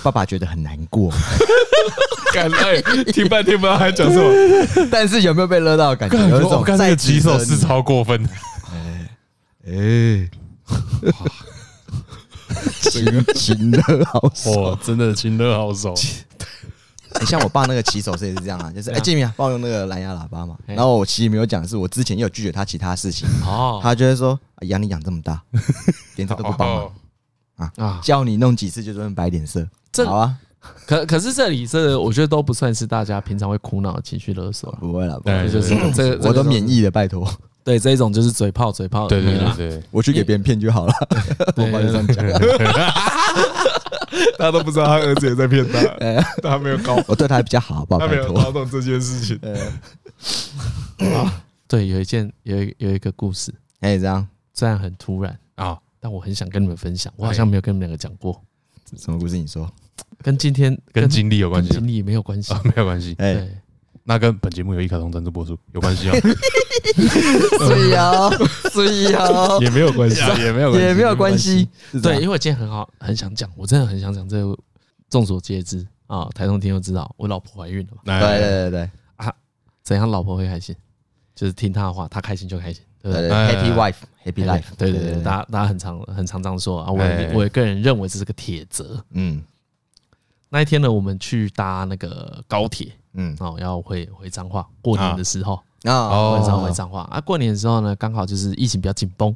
Speaker 1: 爸爸觉得很难过。
Speaker 2: [LAUGHS] 干哎，听半天不知道还讲
Speaker 3: [LAUGHS]
Speaker 2: 什么。
Speaker 1: 但是有没有被勒到的感觉？有一
Speaker 3: 我
Speaker 1: 种
Speaker 3: 看这
Speaker 1: 在
Speaker 3: 个棘手是超过分的，
Speaker 1: 哎，轻轻的好爽。
Speaker 3: 哇，真的亲热好手。
Speaker 1: 你像我爸那个骑手是也是这样啊，就是哎，建明啊，帮我用那个蓝牙喇叭嘛。
Speaker 2: 哎
Speaker 1: 然后我其实没有讲的是，我之前也有拒绝他其他事情，
Speaker 2: [LAUGHS] 哦
Speaker 1: 他就会说哎养你养这么大，连这都
Speaker 3: 哦
Speaker 1: 不帮忙，
Speaker 2: 啊，
Speaker 1: 叫你弄几次就这么摆脸色，
Speaker 2: 这
Speaker 1: 好啊，
Speaker 2: 可可是这里这我觉得都不算是大家平常会苦恼的情绪勒啊索了，
Speaker 1: 不会了，不
Speaker 3: 对
Speaker 1: 会
Speaker 2: 这就是
Speaker 1: [COUGHS]
Speaker 3: 对
Speaker 2: 这个
Speaker 1: 我都免。疫了，拜托，
Speaker 2: 对，这一种就是嘴炮嘴炮而
Speaker 3: 对
Speaker 2: 已啊
Speaker 3: 对
Speaker 2: 啦，
Speaker 3: 哦对对，
Speaker 1: 我去给别人骗就好了。我爸就这样讲，
Speaker 2: [LAUGHS]
Speaker 5: 他都不知道他儿子也在骗
Speaker 3: [LAUGHS]
Speaker 5: 他，他没有搞，
Speaker 1: 我对他还比较好，
Speaker 3: 哦
Speaker 1: 好不好？
Speaker 5: 他没
Speaker 1: 拜
Speaker 5: 有
Speaker 1: 托
Speaker 5: 搞，懂这件事情。
Speaker 2: 对，有一件有一有一个故事，
Speaker 1: 哎，这样
Speaker 2: 虽然很突然，
Speaker 3: [LAUGHS] 啊，哎
Speaker 2: 但我很想跟你们分享，我好像没有跟你们两个讲过。
Speaker 1: 什么故事？你说
Speaker 2: 跟今天
Speaker 3: 跟经历有关系
Speaker 2: 跟经历没有关系
Speaker 3: 啊。，没有关系。
Speaker 1: 哎，
Speaker 2: 对，
Speaker 3: 那跟本节目有异卡通赞助播出有关系哦，
Speaker 1: 水瑶，水瑶，
Speaker 5: 也没有关系。
Speaker 3: [LAUGHS] 也没有
Speaker 1: 也没有关系，是这
Speaker 2: 对，
Speaker 1: 样
Speaker 2: 因为我今天很好，很想讲，我真的很想讲这个，众所皆知啊，台中听就知道，我老婆怀孕了嘛，
Speaker 3: 来。
Speaker 1: 对
Speaker 3: 来来
Speaker 1: 对对对
Speaker 2: 怎样老婆会开心？就是听她的话，她开心就开心，对不
Speaker 1: 对
Speaker 2: 对？
Speaker 1: 对
Speaker 3: 哎
Speaker 1: ，Happy Wife，Happy Life，
Speaker 2: 对对对，
Speaker 1: 哎
Speaker 2: 大家大家很常很常这样说啊，我
Speaker 3: 哎
Speaker 2: 我个人认为这是个铁则。
Speaker 1: 嗯
Speaker 2: 那一天呢，我们去搭那个高铁，
Speaker 1: 嗯
Speaker 2: 哦，要回回彰化，过年的时候，
Speaker 1: 啊，
Speaker 3: 哦
Speaker 2: 回彰回彰化啊，过年的时候呢，刚好就是疫情比较紧绷，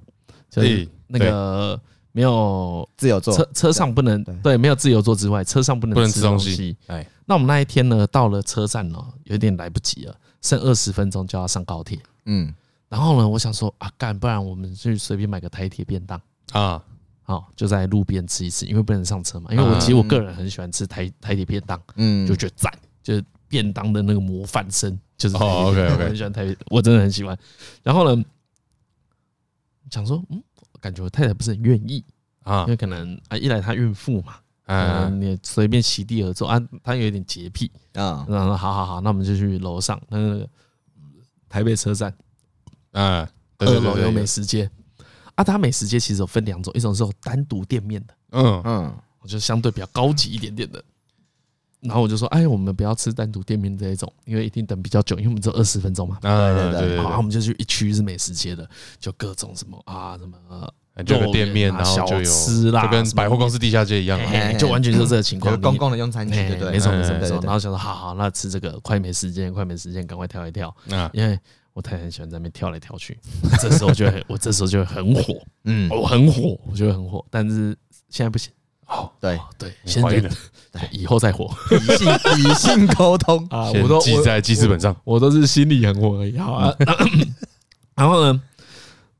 Speaker 2: 就是
Speaker 3: 哎对
Speaker 2: 那个没有
Speaker 1: 自由做
Speaker 2: 车车上不能
Speaker 1: 对
Speaker 2: 对没有自由坐之外，车上不
Speaker 3: 不
Speaker 2: 能
Speaker 3: 能
Speaker 2: 吃
Speaker 3: 吃东
Speaker 2: 东
Speaker 3: 西
Speaker 2: 西。
Speaker 3: 哎，
Speaker 2: 那我们那一天呢，到了车站哦，有点来不及了，剩二十分钟就要上高铁。
Speaker 1: 嗯，
Speaker 2: 然后呢，我想说啊，干，不然我们去随便买个台铁便当，
Speaker 3: 啊，
Speaker 2: 好、就在路边吃一吃，因为不能上车嘛。因为我其实我个人很喜欢吃台台铁便当，
Speaker 1: 嗯，
Speaker 2: 就觉得赞，就是便当的那个模范生，就是台
Speaker 3: 哦
Speaker 2: 北便当
Speaker 3: OK，OK
Speaker 2: 我很喜欢台北，我真的很喜欢。然后呢，想说，嗯，感觉我太太不是很愿意，
Speaker 3: 啊
Speaker 2: 因，为可能啊，一来她孕妇嘛，
Speaker 3: 嗯，
Speaker 2: [LAUGHS] 嗯，你随便席地而坐啊，她有一点洁癖，
Speaker 1: 啊，
Speaker 2: 然后好好好，那我们就去楼上那个台北车站
Speaker 3: 嗯，对
Speaker 2: 二
Speaker 3: 对对
Speaker 2: 楼
Speaker 3: 对
Speaker 2: 有
Speaker 3: 对
Speaker 2: 美食街啊，它美食街其实有分两种，一种是有单独店面的，
Speaker 3: 嗯，
Speaker 1: 嗯
Speaker 2: 我就相对比较高级一点点的。然后我就说，哎，我们不要吃单独店面这一种，因为一定等比较久，因为我们只有二十分钟嘛。
Speaker 3: 嗯，
Speaker 1: 对对
Speaker 3: 对
Speaker 1: 对
Speaker 3: 对
Speaker 2: 好，我
Speaker 3: 对
Speaker 2: 们就去一区是美食街的，就各种什么啊，什么呃，
Speaker 3: 哎就有个店面，
Speaker 2: 肉
Speaker 3: 然
Speaker 2: 圆啊
Speaker 3: 后就有
Speaker 2: 小吃啦
Speaker 3: 就跟百货公司地下街一样
Speaker 2: 嘿
Speaker 3: 啊。
Speaker 2: 嘿哎就完全就是这个情
Speaker 1: 有个
Speaker 2: 况。
Speaker 1: 公
Speaker 2: 你
Speaker 1: 共的用餐区，
Speaker 2: 哎
Speaker 1: 对对，
Speaker 2: 没错
Speaker 1: 嗯
Speaker 2: 没错没
Speaker 1: 对
Speaker 2: 错
Speaker 1: 对。对
Speaker 2: 然后想说，好好，那吃这个快没时间，快没时间，赶快跳一跳，
Speaker 3: 啊，
Speaker 2: 因为我太太很喜欢在那边跳来跳去。这时候就很，我这时候就会很火，
Speaker 1: 嗯，
Speaker 2: 我很火，我觉得很火，但是现在不行。哦，
Speaker 1: 对，
Speaker 2: 对，
Speaker 3: 你
Speaker 2: 现在
Speaker 3: 怀孕了
Speaker 2: 以后再火
Speaker 1: 理性理性沟 [LAUGHS] 通，
Speaker 2: 啊
Speaker 3: 先记在记事本上。
Speaker 2: 我都是心里很火而已。好啊， [LAUGHS] [COUGHS] 然后呢，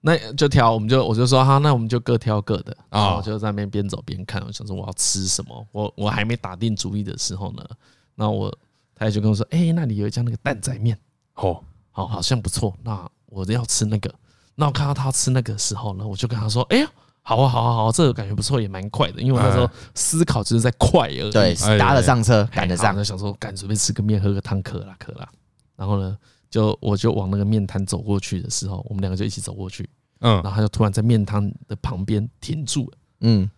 Speaker 2: 那就挑，我们就我就说好，那我们就各挑各的
Speaker 3: 啊
Speaker 2: 啊。然后我就在那边边走边看，我想说我要吃什么。我我还没打定主意的时候呢，那我他也就跟我说，哎、那里有一家那个蛋仔面，
Speaker 3: 哦，
Speaker 2: 好好像不错，那我要吃那个。那我看到他吃那个的时候呢，我就跟他说，哎呀。好啊，好啊，好啊，这个感觉不错，也蛮快的，因为我那时候
Speaker 3: 哎
Speaker 2: 思考就是在快而已。
Speaker 1: 对
Speaker 3: 哎，
Speaker 1: 搭得上车，赶得
Speaker 2: 然
Speaker 1: 上
Speaker 2: 后，想说赶随便吃个面，喝个汤，渴啦渴啦。然后呢，就我就往那个面摊走过去的时候，我们两个就一起走过去，
Speaker 3: 嗯
Speaker 2: 然，后他就突然在面摊的旁边停住了。
Speaker 1: 嗯，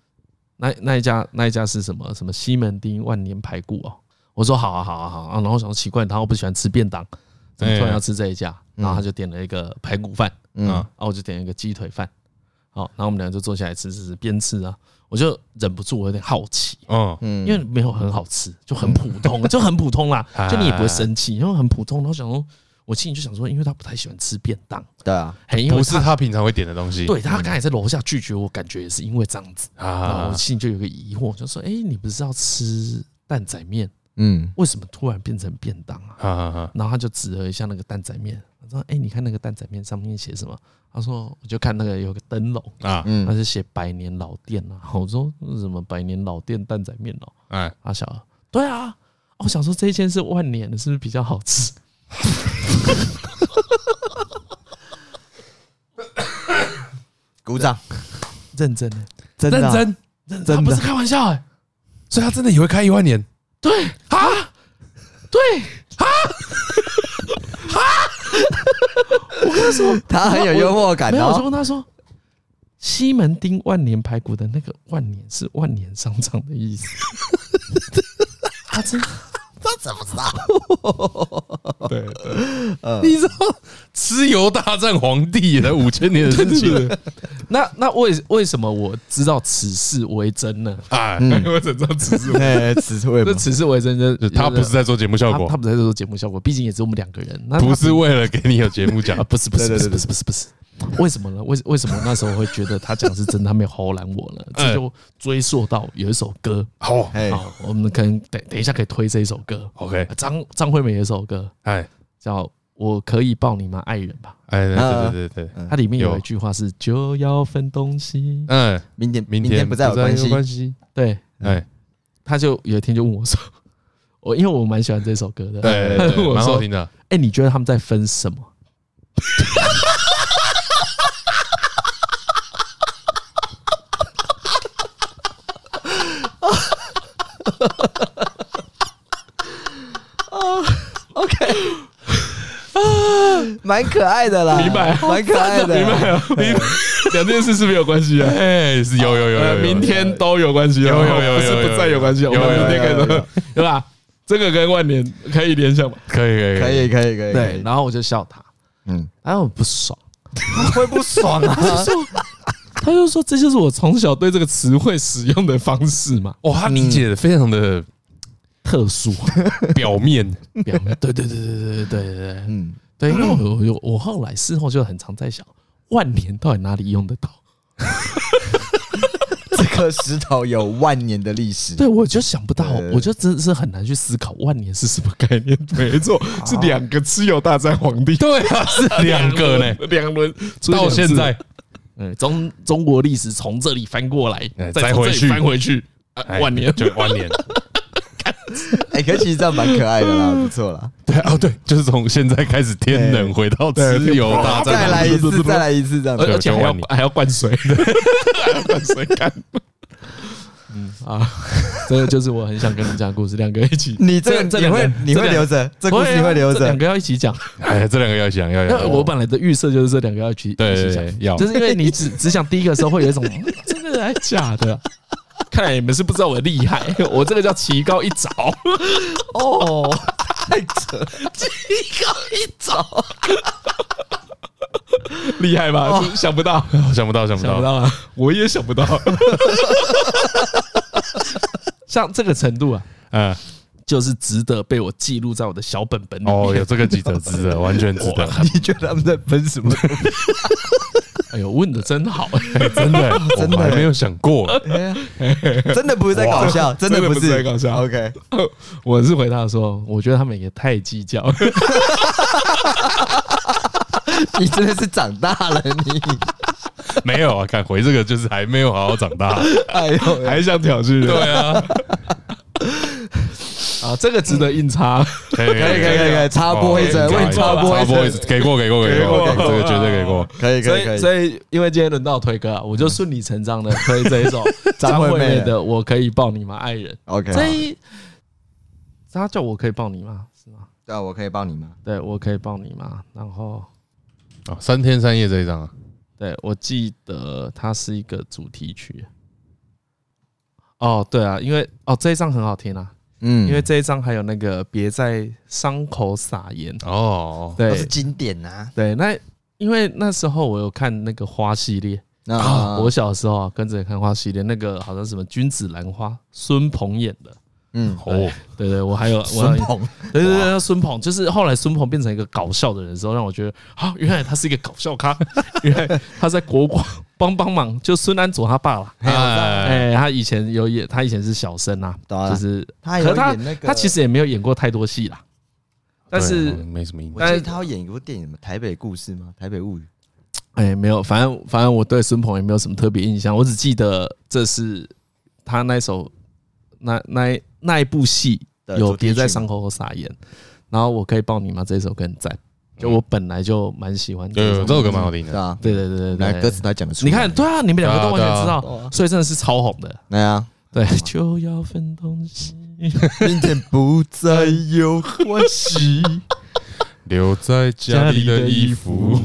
Speaker 2: 那那一家那一家是什么？什么西门町万年排骨哦。我说好啊好啊好啊，然后我想说奇怪，他又不喜欢吃便当，怎么突然要吃这一家？
Speaker 1: 嗯
Speaker 2: 然后他就点了一个排骨饭，
Speaker 1: 嗯
Speaker 2: 啊，我就点了一个鸡腿饭。好，然后我们俩就坐下来吃吃吃，边吃啊，我就忍不住我有点好奇，
Speaker 3: 嗯，
Speaker 1: 嗯，
Speaker 2: 因为没有很好吃，就很普通，就很普通啦，
Speaker 3: [LAUGHS] 啊
Speaker 2: 就你也不会生气，因为很普通。然后想说，我心里就想说，因为他不太喜欢吃便当，
Speaker 1: 对啊，
Speaker 2: 嘿，因为
Speaker 3: 不是他平常会点的东西。
Speaker 2: 对他刚才在楼下拒绝我，感觉也是因为这样子。然后
Speaker 3: 啊
Speaker 2: 我，心里就有个疑惑，就说：“哎，你不是要吃蛋仔面，
Speaker 1: 嗯
Speaker 2: 为什么突然变成便当啊
Speaker 3: 啊啊？”
Speaker 2: 然后他就指了一下那个蛋仔面，他说：“哎，你看那个蛋仔面上面写什么？”他说：“我就看那个有个灯笼，
Speaker 3: 啊啊！
Speaker 2: 他
Speaker 1: 嗯，
Speaker 2: 是写百年老店啊。” [LAUGHS] 我说：“什么百年老店蛋仔面哦？”
Speaker 3: 哎，
Speaker 2: 阿小二，对啊，我想说这一间是万年的，是不是比较好吃？ [LAUGHS]
Speaker 1: 鼓掌，
Speaker 2: 认真的，
Speaker 1: 真的啊，
Speaker 2: 认
Speaker 1: 真的
Speaker 2: 他不是开玩笑哎、
Speaker 3: 所以他真的也会开一
Speaker 2: [LAUGHS]
Speaker 3: 万年。
Speaker 2: 对啊，对
Speaker 1: 他很有幽默感
Speaker 2: 没有，我就
Speaker 1: 哦，
Speaker 2: 问他说，西门町万年排骨的那个万年是万年商场的意思。他真，
Speaker 5: 对，对
Speaker 3: [LAUGHS] 你知道蚩尤大战皇帝也才五千年的事情
Speaker 2: [LAUGHS] 那那为为什么我知道此事为真呢？
Speaker 3: 啊！
Speaker 5: 我整张纸是
Speaker 1: [LAUGHS] 哎，词汇
Speaker 2: 这
Speaker 1: 嘛，
Speaker 2: 此事为真，真
Speaker 3: 就他不是在做节目效
Speaker 2: 他他
Speaker 3: 果，
Speaker 2: 不是在做节目效果，毕竟也只有我们两个人，那他
Speaker 3: 不是为了给你有节目
Speaker 2: [LAUGHS]
Speaker 3: 讲
Speaker 2: 啊，不是不是
Speaker 1: 对
Speaker 2: 不是
Speaker 1: 对
Speaker 2: 不是不是不是，为什么呢？为为什么那时候会觉得他讲是真，他没有吼懒我呢？
Speaker 3: 哎
Speaker 2: 这就追溯到有一首歌，
Speaker 3: 好
Speaker 1: 哎，
Speaker 2: 好，哦我们可能等等一下可以推这一首歌，
Speaker 3: ，OK，
Speaker 2: 张张惠妹有一首歌
Speaker 3: 哎
Speaker 2: 叫《我可以抱你吗，爱人》吧，
Speaker 3: 哎，
Speaker 1: 啊
Speaker 3: 对对对对，
Speaker 2: 它里面有
Speaker 3: 有
Speaker 2: 一句话是就要分东西，
Speaker 3: 嗯，
Speaker 1: 明天
Speaker 3: 明
Speaker 1: 天
Speaker 3: 天
Speaker 1: 不再有关系，
Speaker 3: 系，
Speaker 2: 对，
Speaker 3: 哎，
Speaker 2: 他就有一天就问我说， [LAUGHS] 我因为我蛮喜欢这首歌的，
Speaker 3: 对，
Speaker 2: 他
Speaker 3: 对
Speaker 2: 就问
Speaker 3: 对
Speaker 2: [LAUGHS] 我
Speaker 3: 蛮好
Speaker 2: 说，
Speaker 3: 听的。
Speaker 2: 哎，你觉得他们在分什么？
Speaker 1: 蛮可爱的啦，
Speaker 2: 明白
Speaker 1: 蛮可爱的，
Speaker 2: 明白了，明白哎两件事是没有关系的。
Speaker 3: 哎，是有有有
Speaker 2: 呃，
Speaker 3: 有，
Speaker 2: 明天都有关系哦，
Speaker 3: 有有有
Speaker 2: 不是
Speaker 3: 有有
Speaker 2: 不再有关系哦，
Speaker 3: 有
Speaker 2: 我们
Speaker 3: 有
Speaker 2: 明天可
Speaker 1: 有
Speaker 2: 以说， [LAUGHS] 对吧？这个跟万年可以联想吧？
Speaker 3: 可以可以
Speaker 1: 可，以，可以，可以，可
Speaker 2: 对，
Speaker 1: 以，
Speaker 2: 然后我就笑他，
Speaker 1: 嗯，
Speaker 2: 然后我不爽，
Speaker 1: 会不爽啊，
Speaker 2: 他就说这就是我从小对这个词汇使用的方式嘛，
Speaker 3: 哇，他
Speaker 1: 嗯
Speaker 3: 理解的非常的
Speaker 2: 特殊
Speaker 1: [LAUGHS]
Speaker 3: 表面，
Speaker 2: [LAUGHS] 表面，对对对对对对对对
Speaker 1: 嗯，
Speaker 2: 对，因为我我有我后来事后就很常在想，万年到底哪里用得到？
Speaker 1: [LAUGHS] 这颗石头有万年的历史，
Speaker 2: 对，我就想不到
Speaker 1: 对，
Speaker 2: 我就真的是很难去思考万年是什么概念。没错，是两个蚩尤大战皇帝，
Speaker 3: 对啊，是两个呢，，
Speaker 2: 两轮
Speaker 3: 到现在，
Speaker 2: 嗯，中中国历史从这里翻过来
Speaker 3: 哎，
Speaker 2: 再
Speaker 3: 再
Speaker 2: 从这
Speaker 3: 回
Speaker 2: 里
Speaker 3: 去
Speaker 2: 翻回去，啊
Speaker 3: 哎
Speaker 2: 万年。
Speaker 3: 就万年， [LAUGHS]
Speaker 1: 哎，可是其实这样蛮可爱的啦，不错啦，
Speaker 3: 对哦对，就是从现在开始天冷回到蚩尤大战，
Speaker 1: 再来一次，再来一次，这样
Speaker 2: [LAUGHS] 而
Speaker 1: 子
Speaker 3: 对
Speaker 2: 而且还
Speaker 3: 就
Speaker 2: 要
Speaker 3: 万年
Speaker 2: 还要灌水，还要灌水干。嗯啊， [LAUGHS] 这个就是我很想跟你讲的故事，两个一起。
Speaker 1: [LAUGHS] 你这个
Speaker 2: 这
Speaker 1: 你
Speaker 2: 两
Speaker 1: 会
Speaker 2: 个
Speaker 1: 你
Speaker 2: 这
Speaker 1: 会
Speaker 2: 两
Speaker 1: 留着，这故事你会留
Speaker 2: 这
Speaker 1: 着
Speaker 2: 两，个要一起讲。
Speaker 3: [LAUGHS] 哎，这两个要想要
Speaker 2: 那 [LAUGHS]
Speaker 3: 要，
Speaker 2: 我本来的预设就是这两个要一起
Speaker 3: 对
Speaker 2: 一
Speaker 3: 对
Speaker 2: 起
Speaker 3: 对
Speaker 2: 讲，
Speaker 3: 要
Speaker 2: 就是因为你只只想第一个的时候会有一种嗯真的还假的啊，看来你们是不知道我的厉害，我这个叫棋高一着， [LAUGHS]
Speaker 1: 哦，太扯，一招
Speaker 2: 厉害吧？
Speaker 1: 哦
Speaker 2: 就是想
Speaker 1: [LAUGHS]
Speaker 2: 不到，
Speaker 3: 想不到想
Speaker 2: [LAUGHS]
Speaker 3: 不
Speaker 2: 想不
Speaker 3: 到，
Speaker 2: 到啊，我也想不到，像这个程度啊，
Speaker 3: 嗯，
Speaker 2: 就是值得被我记录在我的小本本里面。
Speaker 3: 哦，有这个记者值得，完全值得，
Speaker 1: 你觉得他们在分什么？
Speaker 2: [LAUGHS] 哎呦，问的真好，
Speaker 3: [LAUGHS] 哎真的
Speaker 1: [LAUGHS] 真
Speaker 3: 真
Speaker 1: 的欸
Speaker 3: 的没有想过，
Speaker 1: [LAUGHS] 哎
Speaker 2: [LAUGHS]
Speaker 1: 呀真的不是在搞笑，真的
Speaker 2: 真的
Speaker 1: 不
Speaker 2: 不是
Speaker 1: 是
Speaker 2: 在搞笑 [LAUGHS]
Speaker 1: OK，
Speaker 2: 我是回答说，我觉得他们也太计较
Speaker 1: [LAUGHS]
Speaker 2: 了。
Speaker 1: 你真的是长大了，你
Speaker 3: 没有啊，看回这个就是还没有好好长大，
Speaker 1: 哎呦，
Speaker 2: 还想挑衅人？对啊，啊，这个值得硬插。
Speaker 3: [LAUGHS] 可以可以哦
Speaker 1: 可以可以可以可以插播一针
Speaker 3: 可以
Speaker 1: 为你插播一
Speaker 3: 插
Speaker 1: 针
Speaker 3: 播一针，给过给过给过，
Speaker 2: 给
Speaker 3: 这
Speaker 2: 过
Speaker 3: 个绝对给过，
Speaker 1: 可以
Speaker 2: 所
Speaker 1: 可
Speaker 2: 以
Speaker 1: 以可以，
Speaker 2: 所以因为今天轮到我推歌啊，我就顺理成章的推这一首
Speaker 1: [LAUGHS] 张惠
Speaker 2: 惠
Speaker 1: 妹
Speaker 2: 妹
Speaker 1: 的
Speaker 2: 的《我可以抱你吗，爱人》。
Speaker 1: OK，
Speaker 2: 这一，他叫我可以抱你吗？是吗？
Speaker 1: 那我可以帮你吗？
Speaker 2: 对，我可以抱你吗？然后，
Speaker 3: 哦三天三夜这一张啊，
Speaker 2: 对我记得它是一个主题曲。哦，对啊，因为哦这一张很好听啊，
Speaker 1: 嗯
Speaker 2: 因为这一张还有那个别在伤口撒盐，
Speaker 3: 哦，
Speaker 1: 都是
Speaker 2: 对
Speaker 1: 经典呐。
Speaker 2: 对，那因为那时候我有看那个花系列，
Speaker 1: 那
Speaker 2: 我小时候啊跟着看花系列，那个好像什么君子兰花，孙鹏演的，
Speaker 1: 嗯，
Speaker 3: 哦，
Speaker 2: 对对，我还有我还
Speaker 1: 孙
Speaker 2: 有
Speaker 1: 鹏
Speaker 2: 对对对，孙鹏就是后来孙鹏变成一个搞笑的人的时候，让我觉得啊，原来他是一个搞笑咖， [LAUGHS] 原来他在国光帮帮忙，就孙安佐他爸啦。
Speaker 3: 哎，
Speaker 2: 哎、他以前有演，他以前是小生啊，
Speaker 1: 懂了
Speaker 2: 就是，
Speaker 1: 他
Speaker 2: 可
Speaker 1: 有
Speaker 2: 是他
Speaker 1: 演那个，
Speaker 2: 他其实也没有演过太多戏啦，但是
Speaker 3: 对没什么印
Speaker 1: 我
Speaker 3: 象，
Speaker 1: 记
Speaker 2: 呃
Speaker 1: 得他有演一部电影，什么《台北故事》吗？《台北物语》
Speaker 2: 哎、没有，反正反正我对孙鹏也没有什么特别印象，我只记得这是他那首那那那一部戏
Speaker 1: 的
Speaker 2: 有
Speaker 1: 主题
Speaker 2: 别在
Speaker 1: 曲
Speaker 2: 伤口后撒盐，然后我可以抱你吗？这首歌很赞，
Speaker 1: 嗯
Speaker 2: 就我本来就蛮喜欢
Speaker 3: 有有有这首歌蛮好听
Speaker 1: 是
Speaker 3: 的，
Speaker 1: 吧？
Speaker 2: 对对对对
Speaker 1: 啊来
Speaker 2: 对，
Speaker 1: 歌词都还讲得出来。
Speaker 2: 你看，哦对啊，你们两个都完
Speaker 3: 对啊
Speaker 2: 全知
Speaker 1: 对啊对啊
Speaker 2: 道，所以真的是超红的。
Speaker 1: 来啊，
Speaker 2: 对， [LAUGHS] 就要分东西，
Speaker 3: [LAUGHS]
Speaker 1: 明天不再有欢
Speaker 2: [LAUGHS]
Speaker 1: 喜。
Speaker 3: 留在家里的衣服，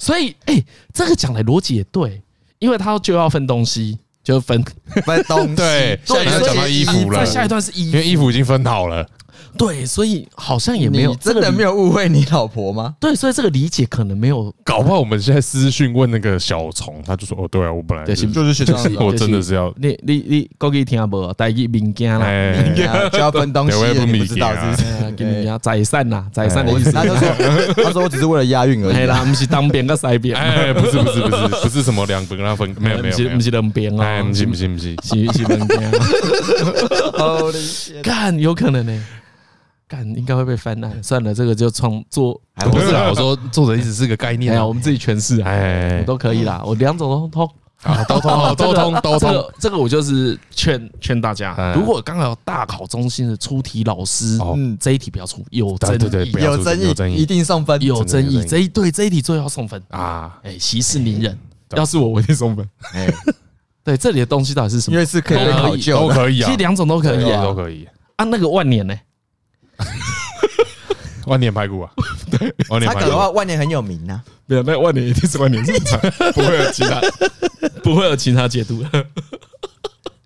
Speaker 2: 所以哎、这个讲来逻辑也对，因为他就要分东西，就分。
Speaker 1: 分东西。
Speaker 3: 对
Speaker 1: 对
Speaker 3: 下一段讲到衣服
Speaker 2: 在
Speaker 3: 了
Speaker 2: 下一段是衣
Speaker 3: 因为
Speaker 2: 服，
Speaker 3: 衣服已经分好了，
Speaker 2: 对，所以好像也没有
Speaker 1: 你真的没
Speaker 2: 有。
Speaker 1: 有误会你老婆吗？
Speaker 2: 对，所以这个理解可能没有
Speaker 3: 搞不好我们现在私讯问那个小虫，他就说哦，对啊，我本来
Speaker 2: 对
Speaker 3: 就是
Speaker 1: 就是学长
Speaker 2: 就是
Speaker 3: 我真的是要，
Speaker 2: 你你你讲给听无，带去民间
Speaker 1: [LAUGHS]
Speaker 2: 啦，
Speaker 3: 哎，
Speaker 1: 啊就要分东西了，你不知道是不是？
Speaker 2: 哎给民间宰散啦，
Speaker 3: 哎
Speaker 2: 宰散啊的意思
Speaker 1: 他。就说，他说我只是为了押韵而
Speaker 2: 嘿
Speaker 1: 已啊。
Speaker 2: 啦，不是当兵跟塞兵，
Speaker 3: 哎，不是不是不是不是什么两本跟他分，没有没
Speaker 2: 不
Speaker 3: 有
Speaker 2: 是
Speaker 3: 没有
Speaker 2: 不，是当兵
Speaker 3: 哎，
Speaker 2: 啊，
Speaker 3: 不是不是不是，
Speaker 2: 是是民间啊。 [LAUGHS]
Speaker 1: Holy shit
Speaker 2: 干有可能呢，干应该会被翻案。算了，这个就创作，
Speaker 1: 还
Speaker 3: 不
Speaker 1: 不
Speaker 3: 是
Speaker 1: 是
Speaker 3: 啦，哎我说作者一直是个概
Speaker 2: 哎
Speaker 3: 念
Speaker 2: 呀，
Speaker 3: 啊
Speaker 2: 我，们自己诠释啊，
Speaker 3: 哎
Speaker 2: 我，都可以啦，我两种都通。
Speaker 3: 好
Speaker 2: [LAUGHS]
Speaker 3: 都通好都通都
Speaker 2: 这
Speaker 3: 通，
Speaker 2: 个这个我就是劝劝大家
Speaker 3: 哎，
Speaker 2: 如果刚好有大考中心的出题老师，
Speaker 3: 哦
Speaker 2: 嗯，这一题不要出，有
Speaker 3: 对
Speaker 2: 争
Speaker 3: 对对
Speaker 2: 议
Speaker 3: 不要
Speaker 1: 有争
Speaker 3: 有争
Speaker 1: 议，
Speaker 3: 议
Speaker 1: 一定送分。
Speaker 2: 有争
Speaker 3: 真的有
Speaker 2: 议
Speaker 3: 争，议
Speaker 2: 这一对这一题最后要送分，
Speaker 3: 啊，
Speaker 2: 哎，息事宁人。
Speaker 3: 对
Speaker 2: 要是我，我一定送分。
Speaker 1: 哎
Speaker 2: 对，这里的东西到底是什
Speaker 1: 因
Speaker 2: 么？
Speaker 1: 为是可以被考究
Speaker 3: 都
Speaker 1: 的。
Speaker 3: 可以
Speaker 2: 其
Speaker 3: 啊，
Speaker 2: 实两种都可以
Speaker 3: 对啊
Speaker 2: 啊
Speaker 3: 都可以。
Speaker 2: 啊。那个万年呢？
Speaker 3: 万年排骨啊，对，万年
Speaker 1: 他
Speaker 3: 排
Speaker 1: 搞的
Speaker 3: 骨
Speaker 1: 话，万年很有名啊呐、
Speaker 2: 没有，那万年一定是万年市场，不会有其他， [LAUGHS] 不会有其他解读。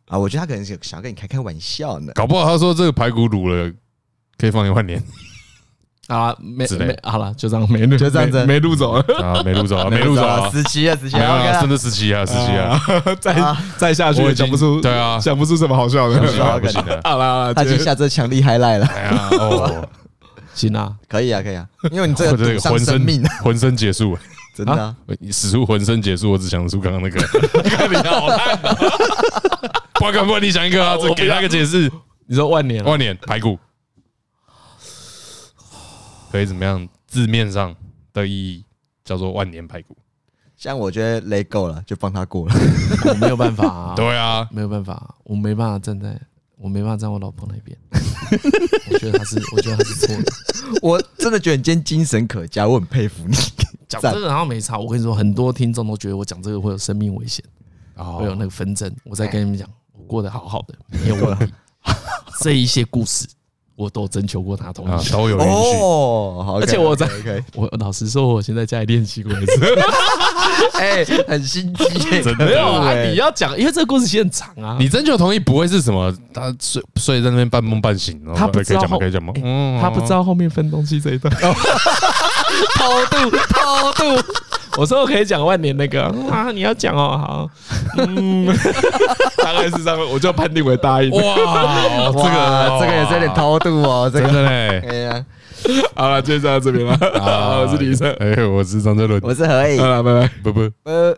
Speaker 1: 啊！我觉得他可能是想跟你开开玩笑呢。
Speaker 3: 搞不好他说这个排骨卤了可以放一万年
Speaker 2: 好了，没
Speaker 3: 之类
Speaker 2: 没好了，就这样没录，
Speaker 1: 就这样子
Speaker 2: 没没录走了。
Speaker 3: 啊，没录走啊，没录走啊，
Speaker 1: 十七啊，十七
Speaker 3: 没有
Speaker 1: 啊，OK
Speaker 3: 啊，
Speaker 1: 啊
Speaker 3: 真的十七啊，十七啊，
Speaker 5: 啊，再
Speaker 1: 啊
Speaker 5: 再下
Speaker 3: 我
Speaker 5: 去
Speaker 3: 已经
Speaker 5: 讲不出，
Speaker 3: 对啊
Speaker 5: 讲不出什么好
Speaker 2: [LAUGHS]
Speaker 5: 笑的
Speaker 3: 不。行
Speaker 1: 啊
Speaker 3: 了，不行了，
Speaker 5: 好啦，好啦
Speaker 1: 他已经
Speaker 5: 这
Speaker 1: 下这强力 h i g h 了，
Speaker 3: 哎呀，哦，
Speaker 2: 行啊，
Speaker 1: 可以啊，可以啊，因为你这
Speaker 3: 我
Speaker 1: 个
Speaker 3: 这
Speaker 1: 赌
Speaker 3: 个
Speaker 1: 上
Speaker 3: 浑
Speaker 1: 生
Speaker 3: 身
Speaker 1: 命啊，
Speaker 3: 浑身结束，
Speaker 1: 真的、啊。
Speaker 3: 使出浑身解数，我只想得出刚刚那个。看你好烂哦，不敢不，你想一个啊，这给他个解释。
Speaker 2: 你说万年啊，
Speaker 3: 万年排骨可以怎么样？字面上的意义叫做万年排骨。
Speaker 1: 像我觉得雷够了，就放他过了。 [LAUGHS]
Speaker 2: 我没有办法 [LAUGHS] 啊，
Speaker 3: 对啊，
Speaker 2: 没有办法，我没办法站在，我没办法站我老婆那边。 [LAUGHS] 我觉得他是，我觉得他是错的。
Speaker 1: 我真的觉得你今天精神可嘉，我很佩服你。
Speaker 2: 讲
Speaker 1: 赞
Speaker 2: 这个好像没差，我跟你说，很多听众都觉得我讲这个会有生命危险，会有
Speaker 3: 哦，
Speaker 2: 那个纷争。我在跟你们讲，我过得好好的， [LAUGHS] 没有问题。这一些故事我都征求过他同
Speaker 3: 啊
Speaker 2: 意，，
Speaker 3: 都有延续。
Speaker 1: 哦，好，
Speaker 2: 而且我在
Speaker 1: OK，
Speaker 2: 我老实说，我先在家里练习过一次。
Speaker 1: 哎，很心机 [LAUGHS] 耶，
Speaker 3: 真
Speaker 2: [LAUGHS] 没有
Speaker 3: 的，
Speaker 2: 啊，
Speaker 1: 对
Speaker 2: 你要讲，因为这个故事其实很长啊。
Speaker 3: 你征求同意不会是什么？他睡睡在那边半梦半醒，然后
Speaker 2: 他不知
Speaker 3: 可以
Speaker 2: 道
Speaker 3: 讲吗？
Speaker 2: 后
Speaker 3: 可以讲吗？
Speaker 2: 哎
Speaker 3: 嗯
Speaker 2: 他不知。道后面分东西这一段， [LAUGHS] 偷渡偷渡。我说我可以讲万年那个啊，你要讲哦，好，嗯，大概是这样，我就判定为答应。
Speaker 3: [LAUGHS] 哇，哦这
Speaker 1: 哇
Speaker 3: 个
Speaker 1: 这个也是有点，
Speaker 3: 哇
Speaker 1: 偷渡哦，这
Speaker 3: 真
Speaker 1: 个。
Speaker 3: 的 [LAUGHS] 嘞。
Speaker 1: 哎呀，
Speaker 2: 好啊
Speaker 3: [LAUGHS]
Speaker 2: 了，就到这边了。好，我是李医生，
Speaker 3: 哎，我是张哲伦，
Speaker 1: 我是何以
Speaker 2: 好，了，拜拜。
Speaker 3: 不不。
Speaker 1: 呃。